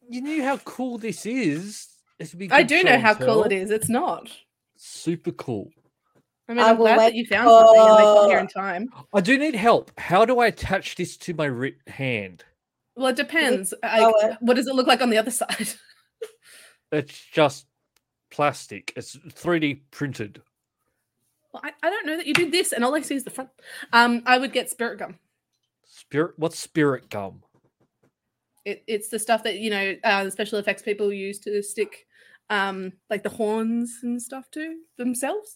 [SPEAKER 1] you knew how cool this is, it would be.
[SPEAKER 4] I
[SPEAKER 1] good
[SPEAKER 4] do
[SPEAKER 1] show
[SPEAKER 4] know
[SPEAKER 1] and
[SPEAKER 4] how cool it
[SPEAKER 1] tell.
[SPEAKER 4] is. It's not.
[SPEAKER 1] Super cool.
[SPEAKER 4] I mean,
[SPEAKER 2] I
[SPEAKER 4] I'm
[SPEAKER 2] will
[SPEAKER 4] glad
[SPEAKER 2] wait
[SPEAKER 4] that you found something and they got here
[SPEAKER 2] for-
[SPEAKER 4] in time.
[SPEAKER 1] I do need help. How do I attach this to my writ hand?
[SPEAKER 4] Well, it depends.
[SPEAKER 2] Oh,
[SPEAKER 4] I,
[SPEAKER 2] uh,
[SPEAKER 4] what does it look like on the other side?
[SPEAKER 1] It's just plastic. It's 3D printed.
[SPEAKER 4] Well, I, I don't know that you do this, and all I see is the front. Um, I would get spirit gum.
[SPEAKER 1] Spirit. What's spirit gum?
[SPEAKER 4] It, it's the stuff that you know uh, the special effects people use to stick, um, like the horns and stuff to themselves.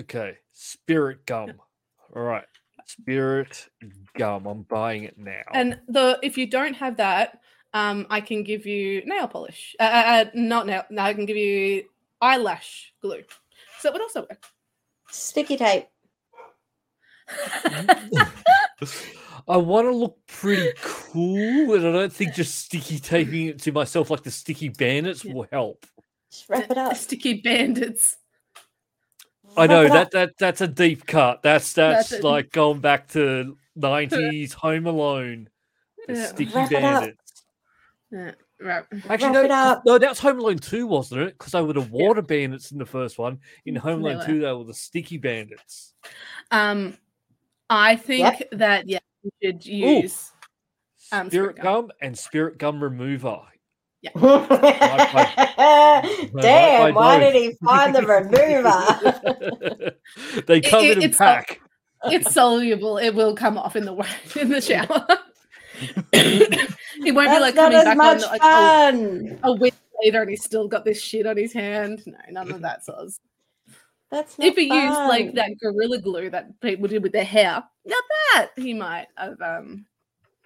[SPEAKER 1] Okay, spirit gum. All right, spirit gum. I'm buying it now.
[SPEAKER 4] And the if you don't have that, um, I can give you nail polish. Uh, uh, uh, not nail. No, I can give you eyelash glue. So it would also work.
[SPEAKER 2] Sticky tape.
[SPEAKER 1] I want to look pretty cool, and I don't think just sticky taping it to myself like the sticky bandits
[SPEAKER 4] Yeah.
[SPEAKER 1] will help.
[SPEAKER 2] Just wrap it up.
[SPEAKER 4] Sticky bandits.
[SPEAKER 1] I
[SPEAKER 2] Wrap
[SPEAKER 1] know
[SPEAKER 2] it
[SPEAKER 1] that
[SPEAKER 2] up.
[SPEAKER 1] that that's a deep cut. That's
[SPEAKER 4] That's
[SPEAKER 1] that's,
[SPEAKER 4] it.
[SPEAKER 1] like going back to '90s Home Alone. The
[SPEAKER 4] Yeah.
[SPEAKER 1] sticky
[SPEAKER 2] Wrap it up.
[SPEAKER 1] bandits.
[SPEAKER 4] Yeah. Right.
[SPEAKER 1] Actually,
[SPEAKER 2] Wrap it
[SPEAKER 1] no,
[SPEAKER 2] up.
[SPEAKER 1] no, that's Home Alone 2, wasn't it? Because they were the water bandits in the first one.
[SPEAKER 2] Mm,
[SPEAKER 1] In Home
[SPEAKER 4] They
[SPEAKER 1] Alone
[SPEAKER 4] were.
[SPEAKER 1] 2, they were the sticky bandits.
[SPEAKER 4] Um, I think that yeah, we should use. Um,
[SPEAKER 1] Spirit,
[SPEAKER 4] spirit
[SPEAKER 1] gum. and spirit gum remover.
[SPEAKER 2] Damn,
[SPEAKER 1] like
[SPEAKER 2] why
[SPEAKER 1] both.
[SPEAKER 2] did he find the remover?
[SPEAKER 1] they
[SPEAKER 4] It-
[SPEAKER 1] come
[SPEAKER 4] it-
[SPEAKER 1] in a
[SPEAKER 4] it's a-
[SPEAKER 1] pack.
[SPEAKER 4] It's soluble. It will come off in the wa- in the shower. it won't
[SPEAKER 2] That's
[SPEAKER 4] be like
[SPEAKER 2] not
[SPEAKER 4] coming
[SPEAKER 2] as
[SPEAKER 4] back on
[SPEAKER 2] much
[SPEAKER 4] like a,
[SPEAKER 2] fun.
[SPEAKER 4] a week later and he's still got this shit on his hand. No, none of that sauce.
[SPEAKER 2] That's not
[SPEAKER 4] if he used like
[SPEAKER 2] fun.
[SPEAKER 4] that gorilla glue that people do with their hair, now that he might have um,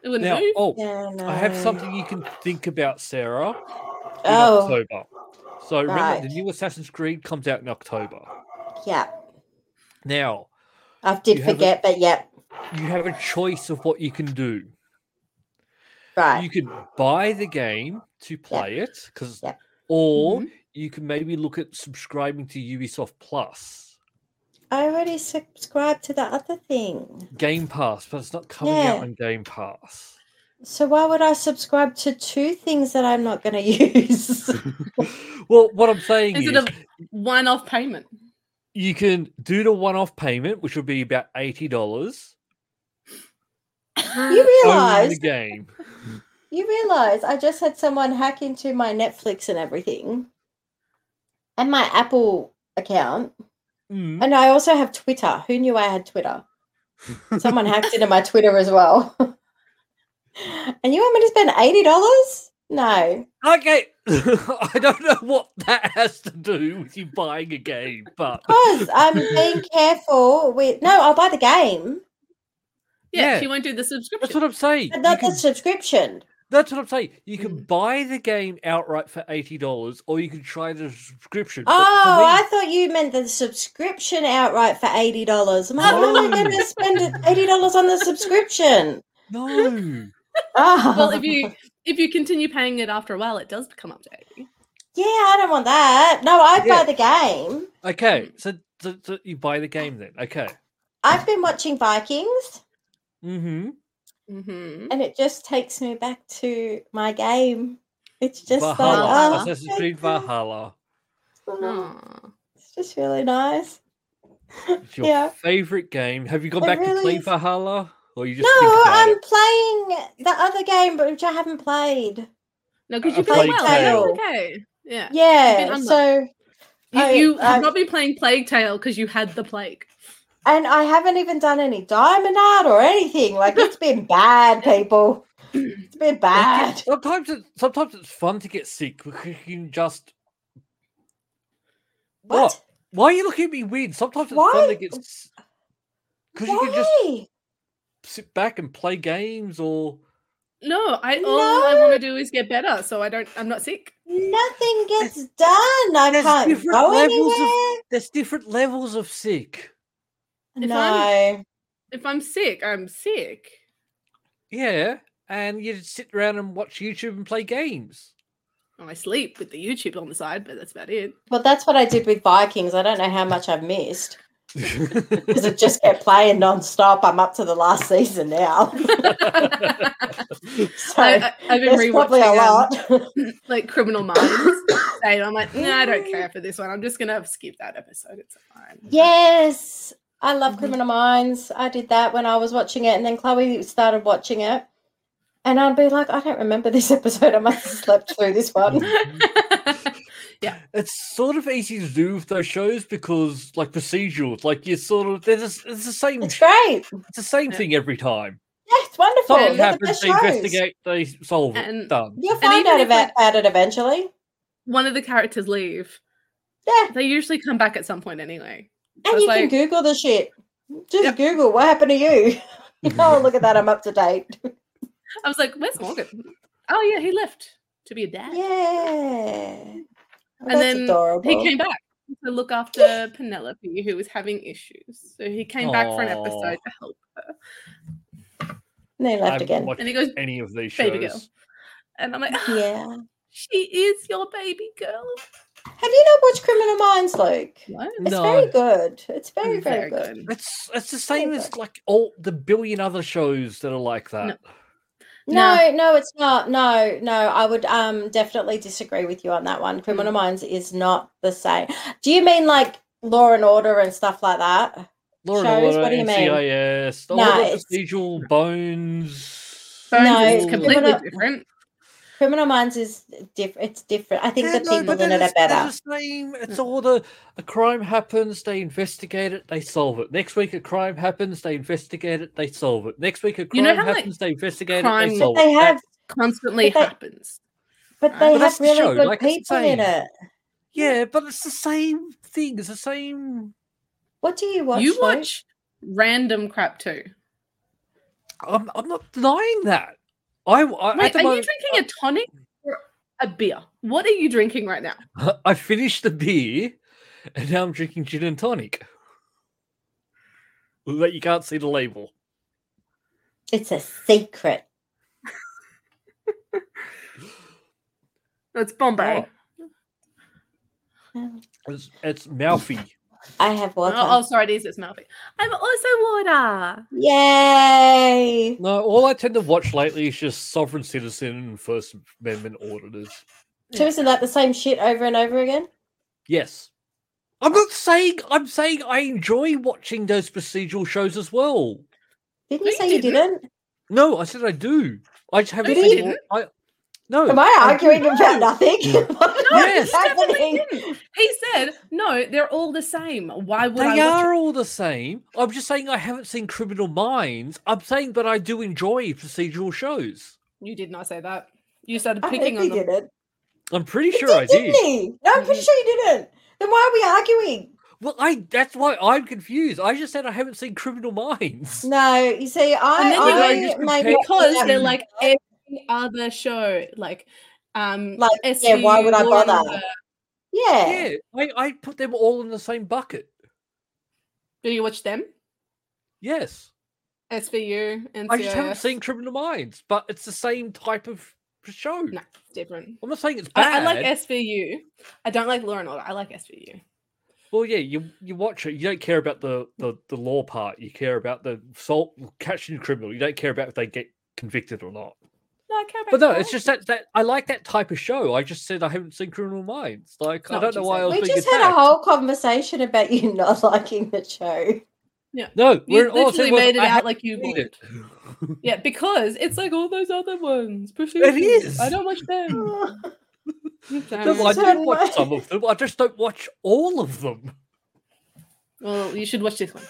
[SPEAKER 4] it wouldn't
[SPEAKER 1] Now,
[SPEAKER 4] move.
[SPEAKER 1] oh,
[SPEAKER 2] Yeah, no.
[SPEAKER 1] I have something you can think about, Sarah. In
[SPEAKER 2] Oh,
[SPEAKER 1] October. So remember,
[SPEAKER 2] Right.
[SPEAKER 1] the new Assassin's Creed comes out in October.
[SPEAKER 2] yeah.
[SPEAKER 1] Now,
[SPEAKER 2] I
[SPEAKER 1] You
[SPEAKER 2] did
[SPEAKER 1] have a-
[SPEAKER 2] forget, but yeah,
[SPEAKER 1] you have a choice of what you can do.
[SPEAKER 2] right.
[SPEAKER 1] You can buy the game to play it, because,
[SPEAKER 2] Yep.
[SPEAKER 1] or
[SPEAKER 2] Mm-hmm.
[SPEAKER 1] you can maybe look at subscribing to Ubisoft Plus
[SPEAKER 2] I already subscribed to the other thing.
[SPEAKER 1] Game Pass, but it's not coming out
[SPEAKER 2] Yeah.
[SPEAKER 1] on Game Pass.
[SPEAKER 2] So why would I subscribe to two things that I'm not going to use?
[SPEAKER 1] well, what I'm saying
[SPEAKER 4] Is
[SPEAKER 1] is,
[SPEAKER 4] it a one-off payment?
[SPEAKER 1] you can do the one-off payment, which would be about eighty dollars.
[SPEAKER 2] you
[SPEAKER 1] Own the
[SPEAKER 2] realize,
[SPEAKER 1] game.
[SPEAKER 2] you realize, I just had someone hack into my Netflix and everything, and my Apple account,
[SPEAKER 1] Mm.
[SPEAKER 2] and I also have Twitter. Who knew I had Twitter? Someone hacked into my Twitter as well. and you want me to spend eighty dollars? No,
[SPEAKER 1] Okay, I don't know what that has to do with you buying a game, but
[SPEAKER 2] because I'm being careful with. No, I'll buy the game,
[SPEAKER 4] Yeah,
[SPEAKER 1] Yeah.
[SPEAKER 4] she won't do the subscription.
[SPEAKER 1] that's what I'm saying.
[SPEAKER 2] but
[SPEAKER 1] You
[SPEAKER 2] not
[SPEAKER 1] can-
[SPEAKER 2] the subscription.
[SPEAKER 1] that's what I'm saying. You can
[SPEAKER 2] Mm.
[SPEAKER 1] buy the game outright for eighty dollars, or you can try the subscription. but for
[SPEAKER 2] Oh,
[SPEAKER 1] me-
[SPEAKER 2] I thought you meant the subscription outright for eighty dollars. I'm like, "How am I going
[SPEAKER 1] No.
[SPEAKER 2] to spend eighty dollars on the subscription?
[SPEAKER 1] no.
[SPEAKER 2] Oh,
[SPEAKER 4] well, if you if you continue paying it after a while, it does become up to eighty.
[SPEAKER 2] yeah, I don't want that. No, I
[SPEAKER 1] Yeah.
[SPEAKER 2] buy the game.
[SPEAKER 1] Okay, so, so, so you buy the game then. Okay.
[SPEAKER 2] I've been watching Vikings,
[SPEAKER 1] Mm-hmm.
[SPEAKER 4] Mm-hmm.
[SPEAKER 2] and it just takes me back to my game. It's just like,
[SPEAKER 1] Valhalla.
[SPEAKER 2] oh,
[SPEAKER 1] Assassin's
[SPEAKER 2] my
[SPEAKER 1] Creed
[SPEAKER 2] God.
[SPEAKER 1] Valhalla.
[SPEAKER 2] It's just really nice.
[SPEAKER 1] It's your
[SPEAKER 2] Yeah.
[SPEAKER 1] favorite game. Have you gone
[SPEAKER 2] It
[SPEAKER 1] back to
[SPEAKER 2] really
[SPEAKER 1] play
[SPEAKER 2] is.
[SPEAKER 1] Valhalla? Or you just think
[SPEAKER 2] No,
[SPEAKER 1] about
[SPEAKER 2] I'm
[SPEAKER 1] it?
[SPEAKER 2] playing the other game, but which I haven't played.
[SPEAKER 4] No, because
[SPEAKER 1] I
[SPEAKER 4] you've been
[SPEAKER 1] played
[SPEAKER 4] well. That's
[SPEAKER 2] Tale.
[SPEAKER 4] okay. Yeah.
[SPEAKER 2] Yeah,
[SPEAKER 4] unlucky.
[SPEAKER 2] so
[SPEAKER 4] You,
[SPEAKER 2] I-
[SPEAKER 4] you have
[SPEAKER 2] I've-
[SPEAKER 4] not been playing Plague Tale because you had the plague.
[SPEAKER 2] And I haven't even done any diamond art or anything. Like it's been bad, people. It's been bad.
[SPEAKER 1] Sometimes it, sometimes it's fun to get sick because you can just
[SPEAKER 2] What?
[SPEAKER 1] why are you looking at me weird? Sometimes it's
[SPEAKER 2] Why?
[SPEAKER 1] fun to get because you can
[SPEAKER 2] Why?
[SPEAKER 1] just sit back and play games or
[SPEAKER 4] No, I all I
[SPEAKER 2] No.
[SPEAKER 4] want to do is get better, so I don't. I'm not sick.
[SPEAKER 2] Nothing gets done. I
[SPEAKER 1] there's
[SPEAKER 2] can't
[SPEAKER 1] different
[SPEAKER 2] go
[SPEAKER 1] levels of-
[SPEAKER 2] anywhere.
[SPEAKER 1] there's different levels of sick.
[SPEAKER 4] If
[SPEAKER 2] no.
[SPEAKER 4] If I'm sick, I'm sick.
[SPEAKER 1] Yeah. And you just sit around and watch YouTube and play games.
[SPEAKER 4] Well, I sleep with the YouTube on the side, but that's about it.
[SPEAKER 2] Well, that's what I did with Vikings. I don't know how much I've missed because it just kept playing nonstop. I'm up to the last season now. So
[SPEAKER 4] I, I, I've been
[SPEAKER 2] there's probably a
[SPEAKER 4] rewatching um,
[SPEAKER 2] lot.
[SPEAKER 4] like Criminal Minds. and I'm like, nah, I don't
[SPEAKER 2] Mm.
[SPEAKER 4] care for this one. I'm just gonna skip that episode. It's fine.
[SPEAKER 2] Yes, I love
[SPEAKER 4] Mhm.
[SPEAKER 2] Criminal Minds. I did that when I was watching it, and then Chloe started watching it, and I'd be like, I don't remember this episode. I must have slept through this
[SPEAKER 4] Mm-hmm.
[SPEAKER 2] one.
[SPEAKER 1] it's sort of easy to do with those shows because like procedurals, like you sort of they're just, it's the same
[SPEAKER 2] It's
[SPEAKER 1] sh-
[SPEAKER 2] great.
[SPEAKER 1] it's the same
[SPEAKER 4] Yeah.
[SPEAKER 1] thing every time.
[SPEAKER 2] Yeah, it's wonderful.
[SPEAKER 1] Something
[SPEAKER 2] They're the
[SPEAKER 1] happens,
[SPEAKER 2] best
[SPEAKER 1] they
[SPEAKER 2] shows.
[SPEAKER 1] investigate, they solve it.
[SPEAKER 4] And-
[SPEAKER 1] Done.
[SPEAKER 2] You'll
[SPEAKER 4] And
[SPEAKER 2] find
[SPEAKER 4] even
[SPEAKER 2] out
[SPEAKER 4] if,
[SPEAKER 2] about,
[SPEAKER 4] like-
[SPEAKER 2] about it eventually.
[SPEAKER 4] one of the characters leave.
[SPEAKER 2] Yeah,
[SPEAKER 4] They usually come back at some point anyway. I
[SPEAKER 2] and
[SPEAKER 4] was
[SPEAKER 2] you
[SPEAKER 4] like-
[SPEAKER 2] can Google the shit. Just
[SPEAKER 4] Yep.
[SPEAKER 2] Google what happened to you. oh, look at that! I'm up to date.
[SPEAKER 4] I was like, "Where's Morgan? Oh yeah, he left to be a dad.
[SPEAKER 2] Yeah, and that's
[SPEAKER 4] then he
[SPEAKER 2] adorable.
[SPEAKER 4] He came back to look after Penelope, who was having issues. So he came back for an
[SPEAKER 1] Aw.
[SPEAKER 4] episode to help her.
[SPEAKER 2] and then he
[SPEAKER 1] I
[SPEAKER 2] left
[SPEAKER 1] haven't
[SPEAKER 2] again.
[SPEAKER 1] watched
[SPEAKER 4] And he goes,
[SPEAKER 1] any of these
[SPEAKER 4] "Baby girl."
[SPEAKER 1] shows.
[SPEAKER 4] and I'm like, "Ah,
[SPEAKER 2] Yeah.
[SPEAKER 4] "She is your baby girl."
[SPEAKER 2] Have you not watched Criminal Minds, Luke?
[SPEAKER 4] What?
[SPEAKER 2] It's
[SPEAKER 1] No.
[SPEAKER 2] very good. It's very, very, good.
[SPEAKER 1] It's it's the same
[SPEAKER 2] Yeah,
[SPEAKER 1] as
[SPEAKER 2] but-
[SPEAKER 1] like all the billion other shows that are like that.
[SPEAKER 2] No, no, it's not. No, no, I would um definitely disagree with you on that one. Criminal Minds is not the same. Do you mean like Law and Order and stuff like that?
[SPEAKER 1] Laura
[SPEAKER 2] Shows,
[SPEAKER 1] Nola,
[SPEAKER 2] what do you mean?
[SPEAKER 1] NCIS, all
[SPEAKER 2] No,
[SPEAKER 1] the
[SPEAKER 2] it's-
[SPEAKER 1] procedural bones.
[SPEAKER 4] Bones
[SPEAKER 2] No,
[SPEAKER 4] is
[SPEAKER 1] Ooh.
[SPEAKER 4] completely
[SPEAKER 2] Criminal-
[SPEAKER 4] different.
[SPEAKER 2] Criminal Minds is different. It's different. I think
[SPEAKER 1] Yeah,
[SPEAKER 2] the
[SPEAKER 1] no,
[SPEAKER 2] people
[SPEAKER 1] but
[SPEAKER 2] in
[SPEAKER 1] then
[SPEAKER 2] it are
[SPEAKER 1] it's- they're
[SPEAKER 2] better.
[SPEAKER 1] the same. It's all the a crime happens, they investigate it, they solve it. Next week a crime happens, they investigate it, they solve it. Next week a crime
[SPEAKER 4] You know how, like,
[SPEAKER 1] happens, they investigate it,
[SPEAKER 4] crime-
[SPEAKER 1] they
[SPEAKER 4] But
[SPEAKER 1] solve
[SPEAKER 2] They
[SPEAKER 1] it.
[SPEAKER 2] have,
[SPEAKER 4] Constantly
[SPEAKER 2] But they-
[SPEAKER 4] happens.
[SPEAKER 2] but
[SPEAKER 4] Right.
[SPEAKER 2] they
[SPEAKER 4] But
[SPEAKER 1] that's
[SPEAKER 2] have
[SPEAKER 1] the
[SPEAKER 2] really
[SPEAKER 1] show,
[SPEAKER 2] good
[SPEAKER 1] like, it's the
[SPEAKER 2] people in
[SPEAKER 1] same.
[SPEAKER 2] it.
[SPEAKER 1] yeah, but it's the same thing. It's the same.
[SPEAKER 2] What do you watch?
[SPEAKER 4] you
[SPEAKER 2] Lou?
[SPEAKER 4] watch random crap too.
[SPEAKER 1] I'm, I'm not denying that. I, I
[SPEAKER 4] Wait,
[SPEAKER 1] at the
[SPEAKER 4] are
[SPEAKER 1] moment,
[SPEAKER 4] you drinking a tonic or a beer? What are you drinking right now?
[SPEAKER 1] I finished the beer, and now I'm drinking gin and tonic. That you can't see the label.
[SPEAKER 2] It's a secret.
[SPEAKER 4] It's Bombay.
[SPEAKER 1] Oh, It's, it's mouthy.
[SPEAKER 2] I have
[SPEAKER 4] Oh,
[SPEAKER 2] water.
[SPEAKER 4] oh, sorry, it is. It's Malfi. I'm also water.
[SPEAKER 2] Yay!
[SPEAKER 1] No, all I tend to watch lately is just Sovereign Citizen and First Amendment auditors.
[SPEAKER 2] So isn't that the same shit over and over again?
[SPEAKER 1] Yes. I'm not saying I'm saying I enjoy watching those procedural shows as well.
[SPEAKER 2] Didn't
[SPEAKER 4] No,
[SPEAKER 2] you
[SPEAKER 4] you
[SPEAKER 2] say you
[SPEAKER 4] didn't.
[SPEAKER 2] didn't?
[SPEAKER 1] No, I said I do. I just haven't
[SPEAKER 2] you
[SPEAKER 1] seen
[SPEAKER 4] didn't.
[SPEAKER 1] I no.
[SPEAKER 2] Am I
[SPEAKER 1] do.
[SPEAKER 2] arguing about nothing? What is
[SPEAKER 1] Yes.
[SPEAKER 4] Definitely
[SPEAKER 2] happening?
[SPEAKER 4] didn't. He said, no, they're all the same. Why would I
[SPEAKER 1] They
[SPEAKER 4] watch
[SPEAKER 1] are all the same. I'm just saying I haven't seen Criminal Minds. I'm saying that I do enjoy procedural shows.
[SPEAKER 4] it? You did not say that. You started
[SPEAKER 2] I think
[SPEAKER 4] picking on
[SPEAKER 2] you
[SPEAKER 4] them.
[SPEAKER 2] didn't.
[SPEAKER 1] I'm pretty
[SPEAKER 2] You
[SPEAKER 1] sure I did.
[SPEAKER 2] Didn't he? No, I'm pretty
[SPEAKER 4] Mhm.
[SPEAKER 2] sure you didn't. Then why are we arguing?
[SPEAKER 1] Well, I that's why I'm confused. I just said I haven't seen Criminal Minds.
[SPEAKER 2] No, you see,
[SPEAKER 4] And
[SPEAKER 2] I,
[SPEAKER 4] then you
[SPEAKER 2] I
[SPEAKER 1] guys just
[SPEAKER 2] made
[SPEAKER 1] compare-
[SPEAKER 2] up
[SPEAKER 4] Because
[SPEAKER 2] that-
[SPEAKER 4] they're like every other show. Like, um,
[SPEAKER 2] Like, yeah, why would I
[SPEAKER 4] SVU, Law and
[SPEAKER 2] bother?
[SPEAKER 4] Order.
[SPEAKER 2] yeah.
[SPEAKER 1] Yeah, I, I put them all in the same bucket.
[SPEAKER 4] Do you watch them?
[SPEAKER 1] Yes.
[SPEAKER 4] SVU and
[SPEAKER 1] I just haven't seen Criminal Minds, but it's the same type of show.
[SPEAKER 4] No, it's different.
[SPEAKER 1] I'm not saying it's
[SPEAKER 4] I,
[SPEAKER 1] bad.
[SPEAKER 4] I like SVU. I don't like Law and Order. I like SVU.
[SPEAKER 1] well, yeah, you you watch it. You don't care about the the, the law part. You care about the salt catching the criminal. You don't care about if they get convicted or not.
[SPEAKER 4] No, I can't.
[SPEAKER 1] But no, it's just that that I like that type of show. I just said I haven't seen Criminal Minds. Like I
[SPEAKER 4] Not
[SPEAKER 1] don't
[SPEAKER 4] what
[SPEAKER 1] know
[SPEAKER 4] you
[SPEAKER 1] why
[SPEAKER 4] said.
[SPEAKER 1] I was
[SPEAKER 2] We
[SPEAKER 1] being
[SPEAKER 2] just had a
[SPEAKER 1] attacked.
[SPEAKER 2] whole conversation about you not liking the show.
[SPEAKER 1] No,
[SPEAKER 4] You
[SPEAKER 1] we're all I
[SPEAKER 4] literally
[SPEAKER 1] said was,
[SPEAKER 4] made it Um,
[SPEAKER 1] I
[SPEAKER 4] out like you
[SPEAKER 1] haven't
[SPEAKER 4] would.
[SPEAKER 1] seen it.
[SPEAKER 4] Yeah, because it's like all those other ones.
[SPEAKER 1] It is.
[SPEAKER 4] I don't watch them.
[SPEAKER 1] No, I
[SPEAKER 2] so
[SPEAKER 4] Sorry.
[SPEAKER 1] do watch
[SPEAKER 2] annoying.
[SPEAKER 1] some of them. I just don't watch all of them.
[SPEAKER 4] well, you should watch this one.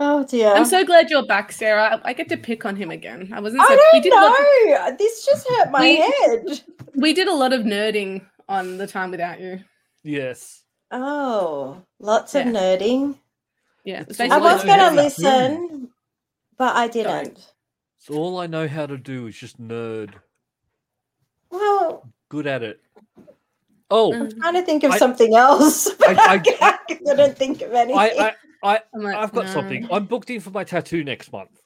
[SPEAKER 2] oh dear.
[SPEAKER 4] I'm so glad you're back, Sarah. I I get to pick on him again. I wasn't.
[SPEAKER 2] I
[SPEAKER 4] So, we
[SPEAKER 2] don't
[SPEAKER 4] did a lot-
[SPEAKER 2] know. This just hurt my
[SPEAKER 4] We-
[SPEAKER 2] head.
[SPEAKER 4] we did a lot of nerding on the time without you.
[SPEAKER 1] Yes.
[SPEAKER 2] Oh, lots of
[SPEAKER 4] Yeah.
[SPEAKER 2] nerding.
[SPEAKER 4] Yeah, it's
[SPEAKER 1] I
[SPEAKER 2] I
[SPEAKER 1] Well,
[SPEAKER 2] was
[SPEAKER 1] I
[SPEAKER 2] going
[SPEAKER 1] heard
[SPEAKER 2] to
[SPEAKER 1] that
[SPEAKER 2] listen, but I
[SPEAKER 4] Sorry.
[SPEAKER 2] didn't.
[SPEAKER 1] So all I know how to do is just nerd.
[SPEAKER 2] Well,
[SPEAKER 1] Good at it. Oh,
[SPEAKER 4] Mm.
[SPEAKER 2] I'm trying to think of
[SPEAKER 1] I-
[SPEAKER 2] something else. but I,
[SPEAKER 1] I-
[SPEAKER 2] couldn't think of anything.
[SPEAKER 1] I, I, I,
[SPEAKER 4] I'm like,
[SPEAKER 1] I've got
[SPEAKER 4] "No."
[SPEAKER 1] something. I'm booked in for my tattoo next month.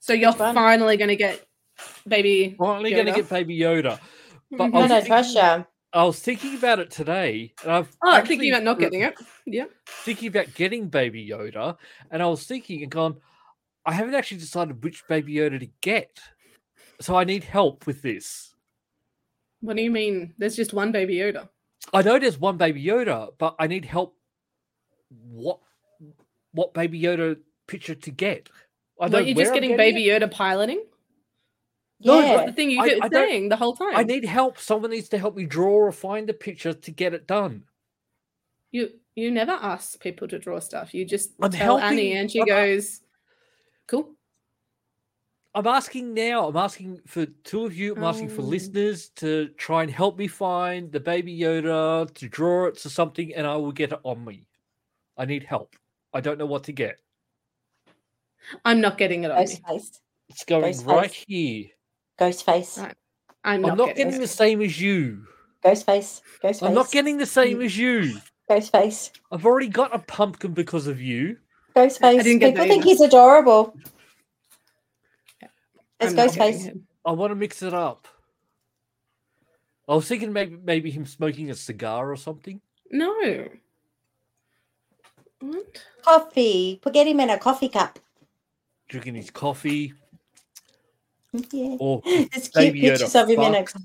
[SPEAKER 4] So you're
[SPEAKER 2] Which one?
[SPEAKER 4] finally gonna get baby.
[SPEAKER 1] Finally, going to
[SPEAKER 4] Yoda.
[SPEAKER 1] get Baby Yoda. But
[SPEAKER 4] Mhm.
[SPEAKER 2] no,
[SPEAKER 1] I'll
[SPEAKER 2] no
[SPEAKER 1] think-
[SPEAKER 2] pressure.
[SPEAKER 1] I was thinking about it today, and I've
[SPEAKER 4] Oh, I'm
[SPEAKER 1] actually
[SPEAKER 4] thinking about not
[SPEAKER 1] r-
[SPEAKER 4] getting it. Yeah.
[SPEAKER 1] Thinking about getting Baby Yoda, and I was thinking and gone. I haven't actually decided which Baby Yoda to get, so I need help with this.
[SPEAKER 4] What do you mean? There's just one baby Yoda.
[SPEAKER 1] I know there's one Baby Yoda, but I need help. What, what Baby Yoda picture to get? I
[SPEAKER 4] Aren't
[SPEAKER 1] know
[SPEAKER 4] you
[SPEAKER 1] where
[SPEAKER 4] just
[SPEAKER 1] I'm
[SPEAKER 4] getting,
[SPEAKER 1] it.
[SPEAKER 4] baby Yoda piloting?
[SPEAKER 1] No,
[SPEAKER 2] yeah.
[SPEAKER 4] That's the thing you
[SPEAKER 1] I-
[SPEAKER 4] kept
[SPEAKER 1] I don't-
[SPEAKER 4] saying the whole time.
[SPEAKER 1] I need help. Someone needs to help me draw or find a picture to get it done.
[SPEAKER 4] You you never ask people to draw stuff. You just
[SPEAKER 1] I'm
[SPEAKER 4] tell
[SPEAKER 1] helping-
[SPEAKER 4] Annie, and she
[SPEAKER 1] I'm-
[SPEAKER 4] goes, "Cool."
[SPEAKER 1] I'm asking now. I'm asking for two of you. I'm asking for
[SPEAKER 4] Oh.
[SPEAKER 1] listeners to try and help me find the baby Yoda to draw it to something, and I will get it on me. I need help. I don't know what to get.
[SPEAKER 4] I'm not getting it on me.
[SPEAKER 2] Ghostface.
[SPEAKER 1] It's going
[SPEAKER 2] Ghostface.
[SPEAKER 1] right here.
[SPEAKER 2] Ghostface.
[SPEAKER 4] Right. I'm
[SPEAKER 1] I'm
[SPEAKER 4] not,
[SPEAKER 1] not, getting,
[SPEAKER 4] getting,
[SPEAKER 1] the
[SPEAKER 4] it.
[SPEAKER 1] same as you.
[SPEAKER 2] Ghostface. Ghostface.
[SPEAKER 1] I'm not getting the same as you.
[SPEAKER 2] Ghostface.
[SPEAKER 1] I've already got a pumpkin because of you.
[SPEAKER 2] Ghostface.
[SPEAKER 4] didn't get
[SPEAKER 2] People
[SPEAKER 4] that
[SPEAKER 2] think he's
[SPEAKER 4] either.
[SPEAKER 2] adorable. It's
[SPEAKER 4] I'm not getting
[SPEAKER 2] Ghostface.
[SPEAKER 4] it.
[SPEAKER 1] I want to mix it up. I was thinking maybe maybe him smoking a cigar or something.
[SPEAKER 4] No. What?
[SPEAKER 2] Coffee. Put get him in a coffee cup.
[SPEAKER 1] drinking his coffee.
[SPEAKER 2] Yeah.
[SPEAKER 1] Or
[SPEAKER 2] There's cute
[SPEAKER 1] Baby Yoda
[SPEAKER 2] pictures of him in it.
[SPEAKER 1] fucks.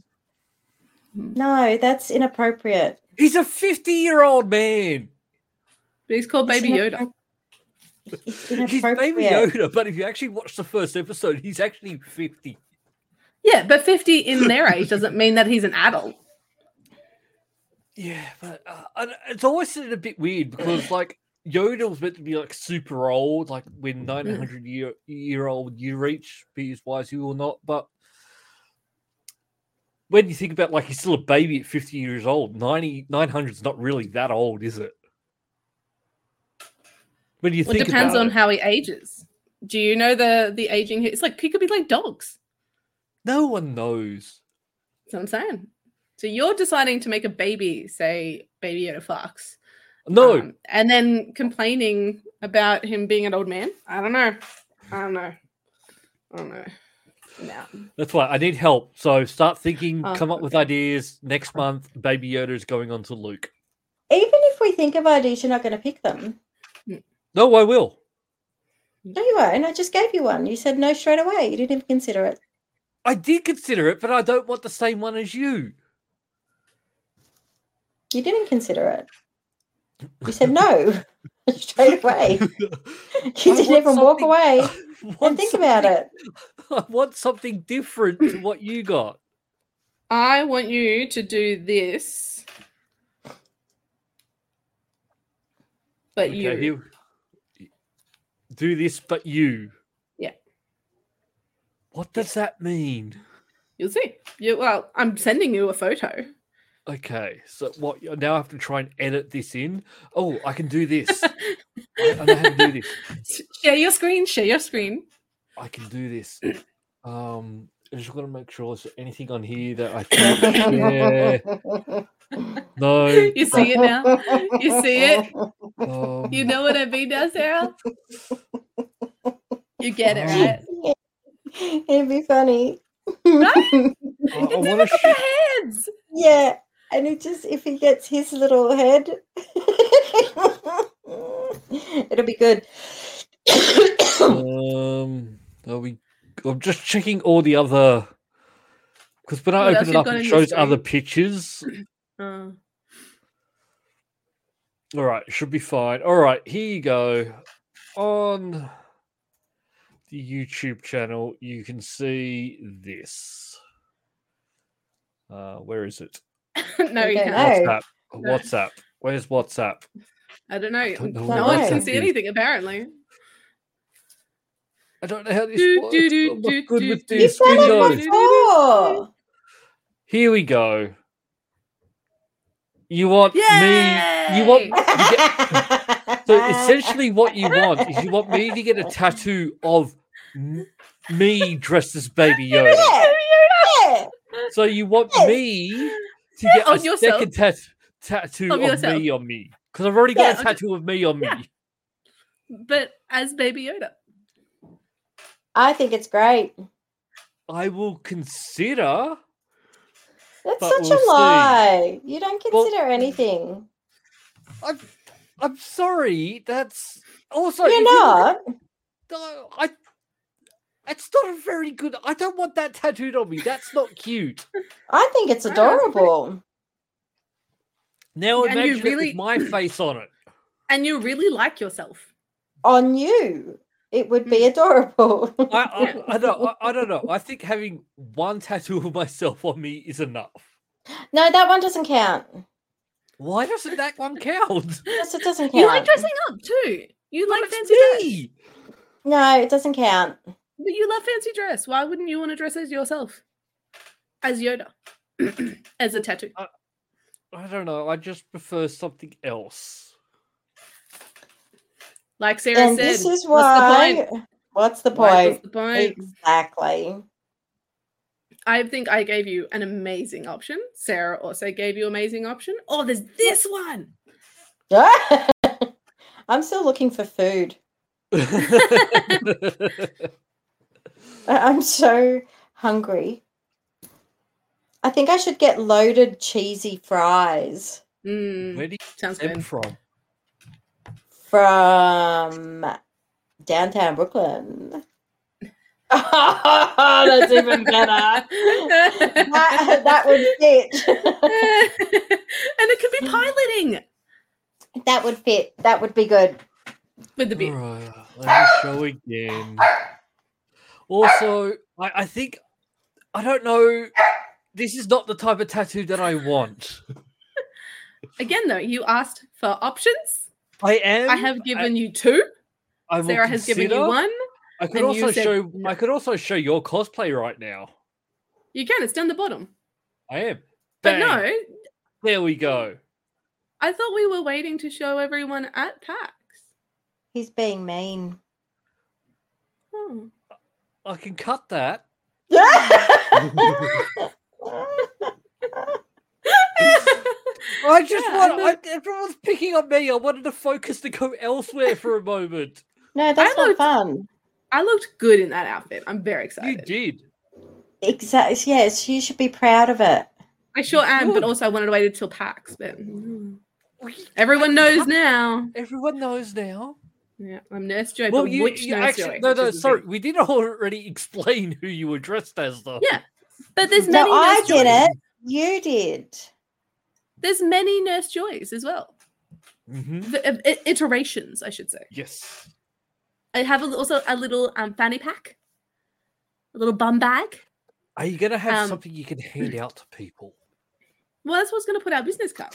[SPEAKER 2] No, that's inappropriate.
[SPEAKER 1] he's a 50 year old man.
[SPEAKER 4] But he's called Baby
[SPEAKER 2] It's
[SPEAKER 4] Yoda.
[SPEAKER 2] inappropri- It's
[SPEAKER 1] He's
[SPEAKER 2] inappropriate.
[SPEAKER 1] Baby Yoda, but if you actually watch the first episode, he's actually 50.
[SPEAKER 4] Yeah, but 50 in their age doesn't mean that he's an adult.
[SPEAKER 1] Yeah, but uh, I d- it's always sort of a bit weird because like Yoda was meant to be like super old, like
[SPEAKER 4] Mm.
[SPEAKER 1] when nine hundred year year old you reach, be as wise you or not. But when you think about like he's still a baby at fifty years old, 90, 900 is not really that old, is it? When you
[SPEAKER 4] Well, it
[SPEAKER 1] think
[SPEAKER 4] depends
[SPEAKER 1] about
[SPEAKER 4] on
[SPEAKER 1] it.
[SPEAKER 4] how he ages. Do you know the the aging? It's like he could be like dogs.
[SPEAKER 1] no one knows.
[SPEAKER 4] That's what I'm saying. So you're deciding to make a baby say Baby Yoda Fox.
[SPEAKER 1] No,
[SPEAKER 4] um, and then complaining about him being an old man. I don't know. I don't know. I don't know. No.
[SPEAKER 1] that's why I need help. So start thinking,
[SPEAKER 4] Oh,
[SPEAKER 1] come up with ideas. Next month, Baby Yoda is going on to Luke.
[SPEAKER 2] Even if we think about it, you're not going to pick them.
[SPEAKER 1] No, I will.
[SPEAKER 2] No, you won't. I just gave you one. You said no straight away. You didn't even consider it.
[SPEAKER 1] I did consider it, but I don't want the same one as you.
[SPEAKER 2] You didn't consider it. You said no straight away. You didn't
[SPEAKER 1] want
[SPEAKER 2] even walk
[SPEAKER 1] something-
[SPEAKER 2] away
[SPEAKER 1] I
[SPEAKER 2] and
[SPEAKER 1] want
[SPEAKER 2] think about
[SPEAKER 1] something-
[SPEAKER 2] it.
[SPEAKER 1] I want something different to what you got.
[SPEAKER 4] I want you to do this. But you
[SPEAKER 1] here- do this, but you.
[SPEAKER 4] Yeah.
[SPEAKER 1] What does that mean?
[SPEAKER 4] You'll see. You well, I'm sending you a photo.
[SPEAKER 1] Okay, so what? I Now I have to try and edit this in. Oh, I can do this. I, I know how to do this.
[SPEAKER 4] Share your screen. Share your screen.
[SPEAKER 1] I can do this. Um, I just got to make sure there's anything on here that I can share. No.
[SPEAKER 4] You see it now. You see it.
[SPEAKER 1] Um,
[SPEAKER 4] You know what I mean now, Sarah. You get it, right?
[SPEAKER 2] It'd be funny.
[SPEAKER 4] Right?
[SPEAKER 1] I,
[SPEAKER 4] It's even
[SPEAKER 1] want
[SPEAKER 4] got
[SPEAKER 1] to.
[SPEAKER 4] their heads.
[SPEAKER 2] Yeah. And it just, if he gets his little head, it'll be good.
[SPEAKER 1] Um, are we? I'm just checking all the other. Because when I
[SPEAKER 4] What else
[SPEAKER 1] open it
[SPEAKER 4] you've
[SPEAKER 1] up,
[SPEAKER 4] got
[SPEAKER 1] it
[SPEAKER 4] in your
[SPEAKER 1] shows other pictures.
[SPEAKER 4] Uh,
[SPEAKER 1] All right, should be fine. All right, here you go. On the YouTube channel, you can see this. Uh, where is it?
[SPEAKER 4] no, you
[SPEAKER 2] Okay.
[SPEAKER 4] can't.
[SPEAKER 2] No.
[SPEAKER 1] WhatsApp. WhatsApp. Where's WhatsApp?
[SPEAKER 4] I don't know.
[SPEAKER 1] don't know
[SPEAKER 2] where
[SPEAKER 4] no one
[SPEAKER 2] that
[SPEAKER 4] can
[SPEAKER 1] is.
[SPEAKER 4] see anything apparently.
[SPEAKER 1] I don't know how this
[SPEAKER 4] Do,
[SPEAKER 1] works.
[SPEAKER 4] do, do,
[SPEAKER 1] I'm not
[SPEAKER 4] do,
[SPEAKER 1] good
[SPEAKER 4] do,
[SPEAKER 1] with
[SPEAKER 4] do.
[SPEAKER 2] You
[SPEAKER 1] this.
[SPEAKER 2] said
[SPEAKER 1] Windows.
[SPEAKER 2] it before.
[SPEAKER 1] Here we go. You want me? You want?
[SPEAKER 4] Yay! Ah.
[SPEAKER 1] you get- so essentially, what you want is you want me to get a tattoo of m- me dressed as Baby Yoda.
[SPEAKER 2] Yeah, yeah.
[SPEAKER 1] So you want
[SPEAKER 2] Yes.
[SPEAKER 1] me to get
[SPEAKER 4] on
[SPEAKER 1] a
[SPEAKER 4] yourself.
[SPEAKER 1] second tat- tattoo of,
[SPEAKER 4] Of yourself.
[SPEAKER 1] me on me because I've already got
[SPEAKER 2] Yeah,
[SPEAKER 1] a
[SPEAKER 2] on
[SPEAKER 1] tattoo of me on
[SPEAKER 4] yeah.
[SPEAKER 1] me.
[SPEAKER 4] But as Baby Yoda.
[SPEAKER 2] I think it's great.
[SPEAKER 1] I will consider.
[SPEAKER 2] That's
[SPEAKER 1] But
[SPEAKER 2] such
[SPEAKER 1] we'll see.
[SPEAKER 2] a lie. You don't
[SPEAKER 1] Well-
[SPEAKER 2] consider anything.
[SPEAKER 1] I'm, I'm sorry. That's also if
[SPEAKER 2] You're
[SPEAKER 1] you look at
[SPEAKER 2] not.
[SPEAKER 1] No, I. It's not a very good. I don't want that tattooed on me. That's not cute.
[SPEAKER 2] I think it's
[SPEAKER 4] I don't think-
[SPEAKER 2] adorable.
[SPEAKER 1] Now
[SPEAKER 4] And you
[SPEAKER 1] imagine it
[SPEAKER 4] really-
[SPEAKER 1] with my face on it.
[SPEAKER 4] And you really like yourself.
[SPEAKER 2] On you, it would
[SPEAKER 1] Hmm.
[SPEAKER 2] be adorable.
[SPEAKER 1] I, I, I don't. I, I don't know. I think having one tattoo of myself on me is enough.
[SPEAKER 2] no, that one doesn't count.
[SPEAKER 1] Why doesn't that one count?
[SPEAKER 2] Yes, it doesn't count.
[SPEAKER 4] You like dressing up too. You like fancy dress.
[SPEAKER 1] me.
[SPEAKER 2] no, it doesn't count.
[SPEAKER 4] But you love fancy dress. Why wouldn't you want to dress as yourself? As Yoda. as a tattoo.
[SPEAKER 1] I don't know. I just prefer something else.
[SPEAKER 4] Like Sarah
[SPEAKER 2] And
[SPEAKER 4] said.
[SPEAKER 2] this is
[SPEAKER 4] what's the
[SPEAKER 2] why.
[SPEAKER 4] point?
[SPEAKER 2] What's the
[SPEAKER 4] Why-
[SPEAKER 2] point?
[SPEAKER 4] what's the point?
[SPEAKER 2] Exactly.
[SPEAKER 4] I think I gave you an amazing option. Sarah also gave you amazing option. Oh, there's this one.
[SPEAKER 2] I'm still looking for food.
[SPEAKER 1] I
[SPEAKER 2] I- I'm so hungry. I think I should get loaded cheesy fries
[SPEAKER 4] Mm,
[SPEAKER 1] Where do you
[SPEAKER 4] sounds
[SPEAKER 1] get them
[SPEAKER 4] good.
[SPEAKER 1] from?
[SPEAKER 2] from downtown Brooklyn. Oh, that's even better. that, that would fit.
[SPEAKER 4] and it could be piloting
[SPEAKER 2] that would fit. That would be good.
[SPEAKER 4] with the bit.
[SPEAKER 1] Alright, let me show again. Also, I, I think I don't know. This is not the type of tattoo that I want.
[SPEAKER 4] Again, though, you asked for options.
[SPEAKER 1] I am.
[SPEAKER 4] I have given you two.
[SPEAKER 1] I will
[SPEAKER 4] Sarah has given you
[SPEAKER 1] consider-
[SPEAKER 4] one.
[SPEAKER 1] I could
[SPEAKER 4] and you
[SPEAKER 1] also
[SPEAKER 4] said
[SPEAKER 1] show.
[SPEAKER 4] no.
[SPEAKER 1] I could also show your cosplay right now.
[SPEAKER 4] You can. It's down the bottom.
[SPEAKER 1] I am. Bang.
[SPEAKER 4] But no,
[SPEAKER 1] There we go.
[SPEAKER 4] I thought we were waiting to show everyone at PAX.
[SPEAKER 2] He's being mean.
[SPEAKER 4] Hmm.
[SPEAKER 1] I can cut that. I just
[SPEAKER 4] Yeah,
[SPEAKER 1] want.
[SPEAKER 4] and
[SPEAKER 1] I, everyone was picking on me. I wanted to focus to go elsewhere for a moment.
[SPEAKER 2] no, that's not
[SPEAKER 4] looked-
[SPEAKER 2] fun.
[SPEAKER 4] I looked good in that outfit. I'm very
[SPEAKER 1] you
[SPEAKER 4] excited.
[SPEAKER 1] did.
[SPEAKER 2] Exactly. Yes, you should be proud of it.
[SPEAKER 4] I sure am,
[SPEAKER 1] Good.
[SPEAKER 4] but also I wanted to wait until PAX. But everyone knows now.
[SPEAKER 1] Everyone knows now.
[SPEAKER 4] Yeah, I'm Nurse Joy.
[SPEAKER 1] well,
[SPEAKER 4] but
[SPEAKER 1] you,
[SPEAKER 4] which
[SPEAKER 1] you
[SPEAKER 4] Nurse
[SPEAKER 1] actually
[SPEAKER 4] Joy?
[SPEAKER 1] no,
[SPEAKER 4] Which
[SPEAKER 1] no.
[SPEAKER 4] is the
[SPEAKER 1] Sorry,
[SPEAKER 4] thing.
[SPEAKER 1] we did already explain who you were dressed as, though.
[SPEAKER 4] Yeah. But there's
[SPEAKER 2] No,
[SPEAKER 4] many.
[SPEAKER 2] I did
[SPEAKER 4] Nurse Joys.
[SPEAKER 2] it. You did.
[SPEAKER 4] There's many Nurse Joys as well.
[SPEAKER 1] Mhm.
[SPEAKER 4] The, uh, i- iterations, I should say.
[SPEAKER 1] Yes.
[SPEAKER 4] I have a, li- also a little um, fanny pack, a little bum bag.
[SPEAKER 1] Are you going to have
[SPEAKER 4] Um,
[SPEAKER 1] something you can hand out to people?
[SPEAKER 4] Well, that's what's going to put our business card.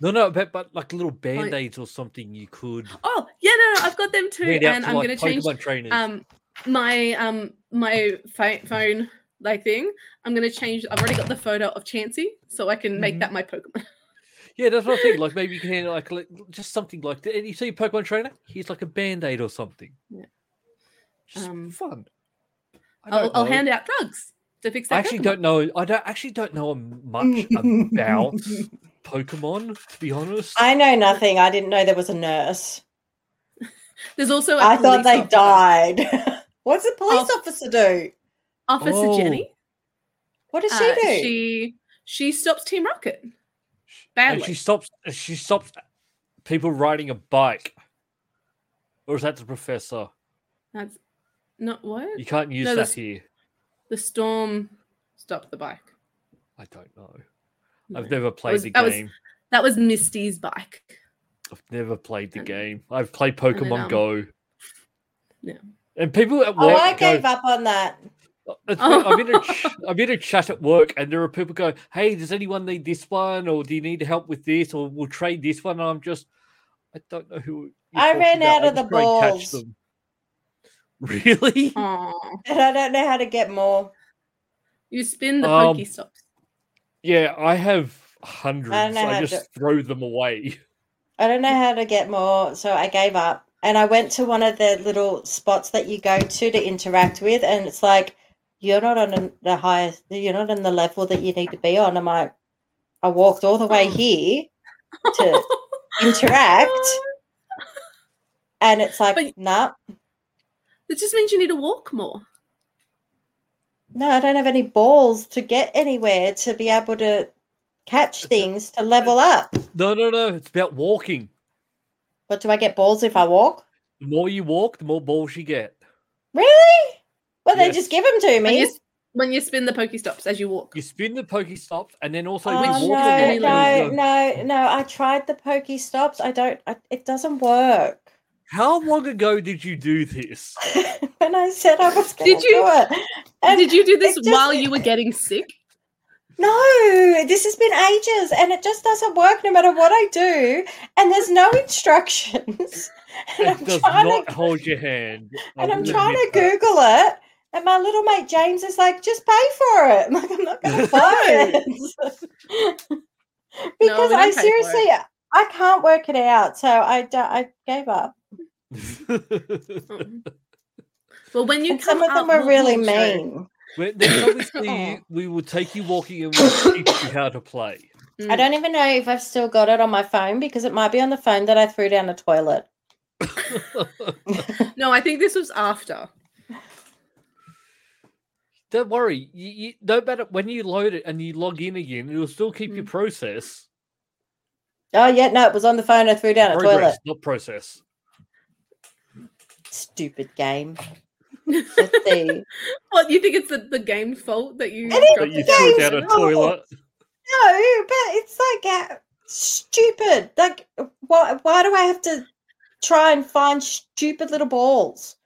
[SPEAKER 1] No, no, but, but like little band aids or something you could
[SPEAKER 4] Oh, yeah, no, no, I've got them too,
[SPEAKER 1] hand out
[SPEAKER 4] and
[SPEAKER 1] to
[SPEAKER 4] I'm
[SPEAKER 1] like
[SPEAKER 4] going to
[SPEAKER 1] Pokemon
[SPEAKER 4] change
[SPEAKER 1] trainers.
[SPEAKER 4] um my um my pho- phone like thing. I'm going to change. I've already got the photo of Chansey, so I can make
[SPEAKER 1] Mhm.
[SPEAKER 4] that my Pokemon.
[SPEAKER 1] yeah, that's what I think. Like maybe you can hand out like, like just something like that. And you see a Pokemon trainer, here's like a band aid or something.
[SPEAKER 4] Yeah.
[SPEAKER 1] Just
[SPEAKER 4] Um,
[SPEAKER 1] fun. I
[SPEAKER 4] I'll,
[SPEAKER 1] don't
[SPEAKER 4] I'll
[SPEAKER 1] know.
[SPEAKER 4] hand out drugs to fix that.
[SPEAKER 1] I actually
[SPEAKER 4] Pokemon.
[SPEAKER 1] don't know. I don't actually don't know much about Pokemon, to be honest.
[SPEAKER 2] I know nothing. I didn't know there was a nurse.
[SPEAKER 4] There's also a
[SPEAKER 2] I thought
[SPEAKER 4] police
[SPEAKER 2] they
[SPEAKER 4] officer.
[SPEAKER 2] died. What's a police
[SPEAKER 4] Oh.
[SPEAKER 2] officer do?
[SPEAKER 4] Officer
[SPEAKER 1] Oh,
[SPEAKER 4] Jenny.
[SPEAKER 2] What does
[SPEAKER 4] uh,
[SPEAKER 2] she do?
[SPEAKER 4] she she stops Team Rocket.
[SPEAKER 1] and
[SPEAKER 4] Badly.
[SPEAKER 1] she stops. She stops people riding a bike. Or is that the professor?
[SPEAKER 4] That's not what
[SPEAKER 1] You can't use
[SPEAKER 4] No,
[SPEAKER 1] that
[SPEAKER 4] this-
[SPEAKER 1] here.
[SPEAKER 4] the storm stopped the bike.
[SPEAKER 1] I don't know.
[SPEAKER 4] No.
[SPEAKER 1] I've never played
[SPEAKER 4] was-
[SPEAKER 1] the
[SPEAKER 4] that was-
[SPEAKER 1] game.
[SPEAKER 4] That was Misty's bike.
[SPEAKER 1] I've never played the
[SPEAKER 4] and-
[SPEAKER 1] game. I've played
[SPEAKER 4] and then,
[SPEAKER 1] Pokemon
[SPEAKER 4] um,
[SPEAKER 1] Go.
[SPEAKER 4] yeah.
[SPEAKER 1] And people at
[SPEAKER 2] Oh,
[SPEAKER 1] work.
[SPEAKER 2] I
[SPEAKER 1] go, uh,
[SPEAKER 2] gave up on that.
[SPEAKER 1] It's been- I'm in a ch- I'm in a chat at work, and there are people going, "Hey, does anyone need this one, or do you need help with this, or we'll trade this one?" And I'm just, I don't know who. you're
[SPEAKER 2] I
[SPEAKER 1] talking
[SPEAKER 2] ran
[SPEAKER 1] about.
[SPEAKER 2] out
[SPEAKER 1] I'll
[SPEAKER 2] of the
[SPEAKER 1] just try and catch
[SPEAKER 2] balls.
[SPEAKER 1] them." Really?
[SPEAKER 4] Aw.
[SPEAKER 2] And I don't know how to get more.
[SPEAKER 4] You spin the
[SPEAKER 1] Um,
[SPEAKER 4] Pokestops.
[SPEAKER 1] Yeah, I have hundreds.
[SPEAKER 2] know
[SPEAKER 1] I
[SPEAKER 2] how to-
[SPEAKER 1] just throw them away.
[SPEAKER 2] I don't know how to get more, so I gave up. And I went to one of the little spots that you go to to interact with, and it's like you're not on an- the highest, you're not on the level that you need to be on. I'm like, I walked all the
[SPEAKER 4] Oh.
[SPEAKER 2] way here to interact, and it's like,
[SPEAKER 4] But-
[SPEAKER 2] nah,
[SPEAKER 4] It just means you need to walk more.
[SPEAKER 2] no, I don't have any balls to get anywhere to be able to catch things to level up.
[SPEAKER 1] No, no, no. It's about walking.
[SPEAKER 2] But do I get balls if I walk?
[SPEAKER 1] The more you walk, the more balls you get.
[SPEAKER 2] Really? Well, they just
[SPEAKER 1] Yes.
[SPEAKER 2] give them to
[SPEAKER 4] When
[SPEAKER 2] me.
[SPEAKER 4] you, s- when you spin the Pokestops as you walk.
[SPEAKER 1] You spin the Pokestops, and then also
[SPEAKER 2] Oh,
[SPEAKER 1] you
[SPEAKER 4] which
[SPEAKER 1] walk.
[SPEAKER 4] walking
[SPEAKER 2] no,
[SPEAKER 1] along
[SPEAKER 4] really
[SPEAKER 1] the way
[SPEAKER 2] no,
[SPEAKER 1] and go,
[SPEAKER 2] no, no. I tried the pokey stops. I don't, I, it doesn't work.
[SPEAKER 1] How long ago did you do this?
[SPEAKER 2] when I said I was going
[SPEAKER 4] Did
[SPEAKER 2] to do
[SPEAKER 4] you-
[SPEAKER 2] it. And
[SPEAKER 4] Did you do this
[SPEAKER 2] it just-
[SPEAKER 4] while you were getting sick?
[SPEAKER 2] No, this has been ages and it just doesn't work no matter what I do. And there's no instructions. And
[SPEAKER 1] It
[SPEAKER 2] I'm
[SPEAKER 1] does
[SPEAKER 2] trying
[SPEAKER 1] not
[SPEAKER 2] to,
[SPEAKER 1] hold your hand. I
[SPEAKER 2] and I'm
[SPEAKER 1] will
[SPEAKER 2] trying to
[SPEAKER 1] admit that.
[SPEAKER 2] Google it. And my little mate James is like, just pay for it. I'm like, I'm not going to buy it. because
[SPEAKER 4] we
[SPEAKER 2] I
[SPEAKER 4] don't pay for it.
[SPEAKER 2] seriously, I can't work it out. So I, don't- I gave up.
[SPEAKER 4] Oh. Well, when you
[SPEAKER 2] and
[SPEAKER 4] come
[SPEAKER 2] some of
[SPEAKER 4] out,
[SPEAKER 2] them were
[SPEAKER 4] we'll-
[SPEAKER 2] really
[SPEAKER 4] we'll show-
[SPEAKER 2] mean.
[SPEAKER 1] Well, next time we see
[SPEAKER 2] Oh.
[SPEAKER 1] you, we will take you walking and we'll teach you how to play.
[SPEAKER 2] I
[SPEAKER 4] Mm.
[SPEAKER 2] don't even know if I've still got it on my phone because it might be on the phone that I threw down the toilet.
[SPEAKER 4] No, I think this was after.
[SPEAKER 1] Don't worry. You, you, no matter when you load it and you log in again, it'll still keep your
[SPEAKER 4] Mm.
[SPEAKER 1] process.
[SPEAKER 2] Oh yeah, no, it was on the phone. I threw down a
[SPEAKER 1] Progress,
[SPEAKER 2] toilet.
[SPEAKER 1] not process.
[SPEAKER 2] Stupid game. Let's see.
[SPEAKER 4] What you think it's the, the game's fault that you?
[SPEAKER 2] It is
[SPEAKER 1] That
[SPEAKER 4] dropped
[SPEAKER 1] you
[SPEAKER 4] it
[SPEAKER 1] threw it
[SPEAKER 2] game's
[SPEAKER 1] down a
[SPEAKER 2] fault.
[SPEAKER 1] toilet.
[SPEAKER 2] No, but it's like uh, stupid. Like, why? Why do I have to try and find stupid little balls?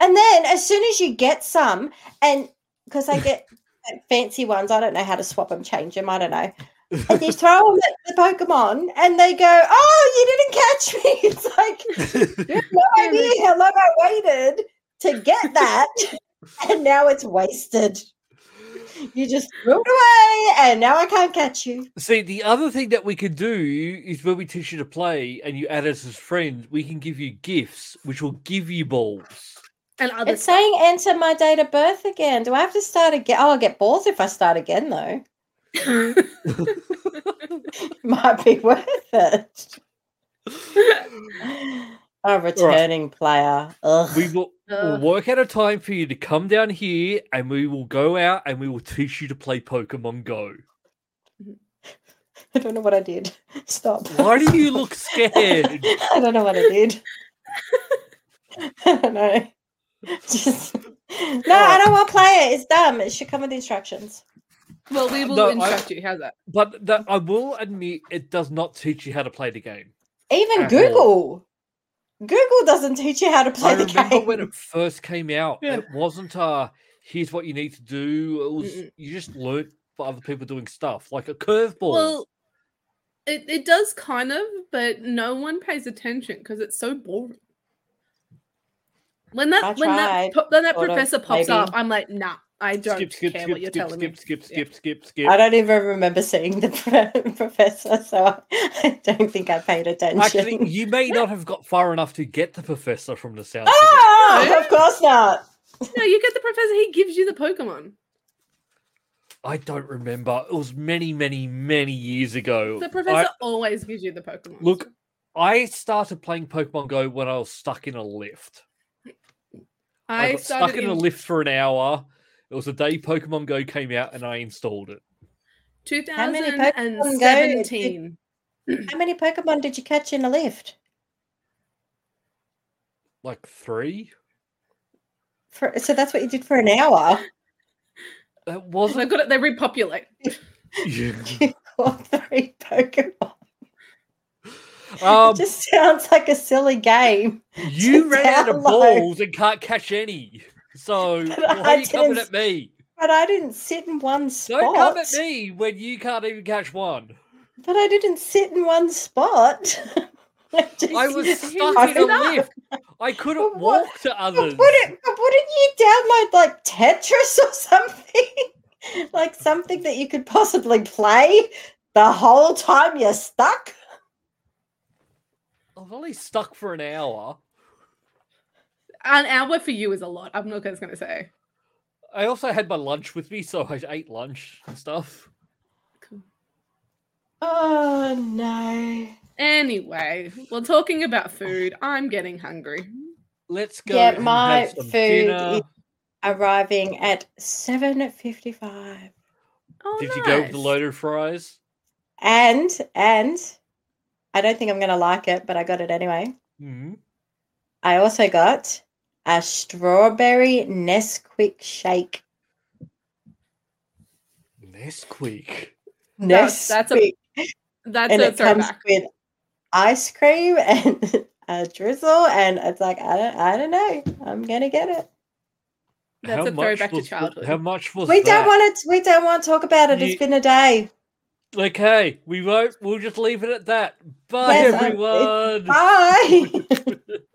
[SPEAKER 2] And then, as soon as you get some, and because I get like, fancy ones, I don't know how to swap them, change them. I don't know. And you throw them at the Pokemon, and they go, "Oh, you didn't catch me!" It's like no
[SPEAKER 4] Yeah,
[SPEAKER 2] idea how long I waited to get that, and now it's wasted. You just threw it away, and now I can't catch you.
[SPEAKER 1] See, the other thing that we could do is when we teach you to play and you add us as friends, we can give you gifts, which will give you balls.
[SPEAKER 4] And other
[SPEAKER 2] It's saying enter my date of birth again. Do I have to start again? Oh, I'll get balls if I start again, though.
[SPEAKER 4] stuff.
[SPEAKER 2] Might be worth it.
[SPEAKER 4] Uh,
[SPEAKER 2] A returning player. Ugh.
[SPEAKER 1] We will we'll
[SPEAKER 4] Ugh.
[SPEAKER 1] work out a time for you to come down here and we will go out and we will teach you to play Pokemon Go.
[SPEAKER 2] I don't know what I did. Stop.
[SPEAKER 1] Why do you look scared?
[SPEAKER 2] I don't know what I did. I don't know. Just no, I don't want to play it. It's dumb. It should come with instructions.
[SPEAKER 4] well, we will
[SPEAKER 1] No, I-
[SPEAKER 4] instruct you. How's that?
[SPEAKER 1] But that I will admit it does not teach you how to play the game.
[SPEAKER 2] Even
[SPEAKER 1] At all.
[SPEAKER 2] Google, Google doesn't teach you how to play
[SPEAKER 1] I
[SPEAKER 2] the
[SPEAKER 1] remember
[SPEAKER 2] game.
[SPEAKER 1] when it first came out,
[SPEAKER 4] Yeah.
[SPEAKER 1] it wasn't uh here's what you need to do. It was
[SPEAKER 4] Mm-mm.
[SPEAKER 1] you just learnt by other people doing stuff, like a curveball.
[SPEAKER 4] Well, it, it does kind of, but no one pays attention because it's so boring. When that
[SPEAKER 2] I
[SPEAKER 4] when
[SPEAKER 2] tried,
[SPEAKER 4] that po- when that
[SPEAKER 2] sort of,
[SPEAKER 4] professor pops
[SPEAKER 2] maybe.
[SPEAKER 4] up, I'm like, nah, I don't care what you're
[SPEAKER 1] skip,
[SPEAKER 4] telling
[SPEAKER 1] skip,
[SPEAKER 4] me.
[SPEAKER 1] skip,
[SPEAKER 4] Yeah.
[SPEAKER 1] skip, skip,
[SPEAKER 2] I
[SPEAKER 1] skip.
[SPEAKER 2] don't even remember seeing the pro- professor, so I, I don't think I paid attention.
[SPEAKER 1] Actually, you may not have got far enough to get the professor from the sound.
[SPEAKER 4] Ah!
[SPEAKER 2] oh,
[SPEAKER 4] No.
[SPEAKER 2] of course not.
[SPEAKER 4] No, you get the professor. He gives you the Pokemon.
[SPEAKER 1] I don't remember. It was many, many, many years ago.
[SPEAKER 4] The
[SPEAKER 1] I-
[SPEAKER 4] professor always gives you the Pokemon.
[SPEAKER 1] Look, I started playing Pokemon Go when I was stuck in a lift. I,
[SPEAKER 4] I
[SPEAKER 1] got
[SPEAKER 4] started
[SPEAKER 1] stuck in,
[SPEAKER 4] in
[SPEAKER 1] a lift for an hour. It was the day Pokemon Go came out, and I installed it.
[SPEAKER 2] many Pokemon Go did-
[SPEAKER 4] 2017.
[SPEAKER 2] How many Pokemon did you catch in a lift?
[SPEAKER 1] Like three.
[SPEAKER 2] For, so that's what you did for an hour.
[SPEAKER 1] That
[SPEAKER 4] They
[SPEAKER 1] wasn't.
[SPEAKER 4] got it. They repopulate.
[SPEAKER 2] You caught three Pokemon.
[SPEAKER 1] um,
[SPEAKER 2] it just sounds like a silly game.
[SPEAKER 1] you ran out of
[SPEAKER 2] download.
[SPEAKER 1] balls and can't catch any. So
[SPEAKER 2] But
[SPEAKER 1] why
[SPEAKER 2] I
[SPEAKER 1] are you coming
[SPEAKER 2] didn't
[SPEAKER 1] at me?
[SPEAKER 2] But I didn't sit in one spot.
[SPEAKER 1] Don't come at me when you can't even catch one.
[SPEAKER 2] But I didn't sit in one spot. I, just,
[SPEAKER 1] I was stuck
[SPEAKER 2] I
[SPEAKER 1] in a
[SPEAKER 2] know.
[SPEAKER 1] lift. I couldn't
[SPEAKER 2] But what-
[SPEAKER 1] walk to
[SPEAKER 2] But
[SPEAKER 1] others.
[SPEAKER 2] wouldn't, but wouldn't you download like Tetris or something? like something that you could possibly play the whole time you're stuck?
[SPEAKER 1] I was only stuck for an hour.
[SPEAKER 4] An hour for you is a lot. I'm not just gonna say.
[SPEAKER 1] I also had my lunch with me, so I ate lunch and stuff.
[SPEAKER 2] Oh no.
[SPEAKER 4] Anyway, we're talking about food. I'm getting hungry.
[SPEAKER 1] Let's go.
[SPEAKER 2] Yeah,
[SPEAKER 1] and
[SPEAKER 2] my
[SPEAKER 1] have some
[SPEAKER 2] food
[SPEAKER 1] dinner.
[SPEAKER 2] is- Arriving at 7.55.
[SPEAKER 4] Oh,
[SPEAKER 1] Did you go with
[SPEAKER 4] nice.
[SPEAKER 1] the loaded fries?
[SPEAKER 2] And, and, I don't think I'm going to like it, but I got it anyway.
[SPEAKER 1] Mm.
[SPEAKER 2] I also got a strawberry Nesquik shake.
[SPEAKER 1] Nesquik.
[SPEAKER 4] That's- that's a-
[SPEAKER 2] Nesquik,
[SPEAKER 4] That's
[SPEAKER 2] and
[SPEAKER 4] a
[SPEAKER 2] it comes
[SPEAKER 4] throwback.
[SPEAKER 2] with ice cream and a drizzle, and it's like I don't, I don't know. I'm gonna get it.
[SPEAKER 4] That's a
[SPEAKER 1] much
[SPEAKER 4] throwback to
[SPEAKER 1] was-
[SPEAKER 4] childhood.
[SPEAKER 1] How much was
[SPEAKER 2] We
[SPEAKER 1] that?
[SPEAKER 2] don't want to. We don't want to talk about it.
[SPEAKER 1] You-
[SPEAKER 2] It's been a day.
[SPEAKER 1] Okay, we won't. We'll just leave it at that. Bye,
[SPEAKER 2] Yes, I-
[SPEAKER 1] everyone.
[SPEAKER 2] Bye.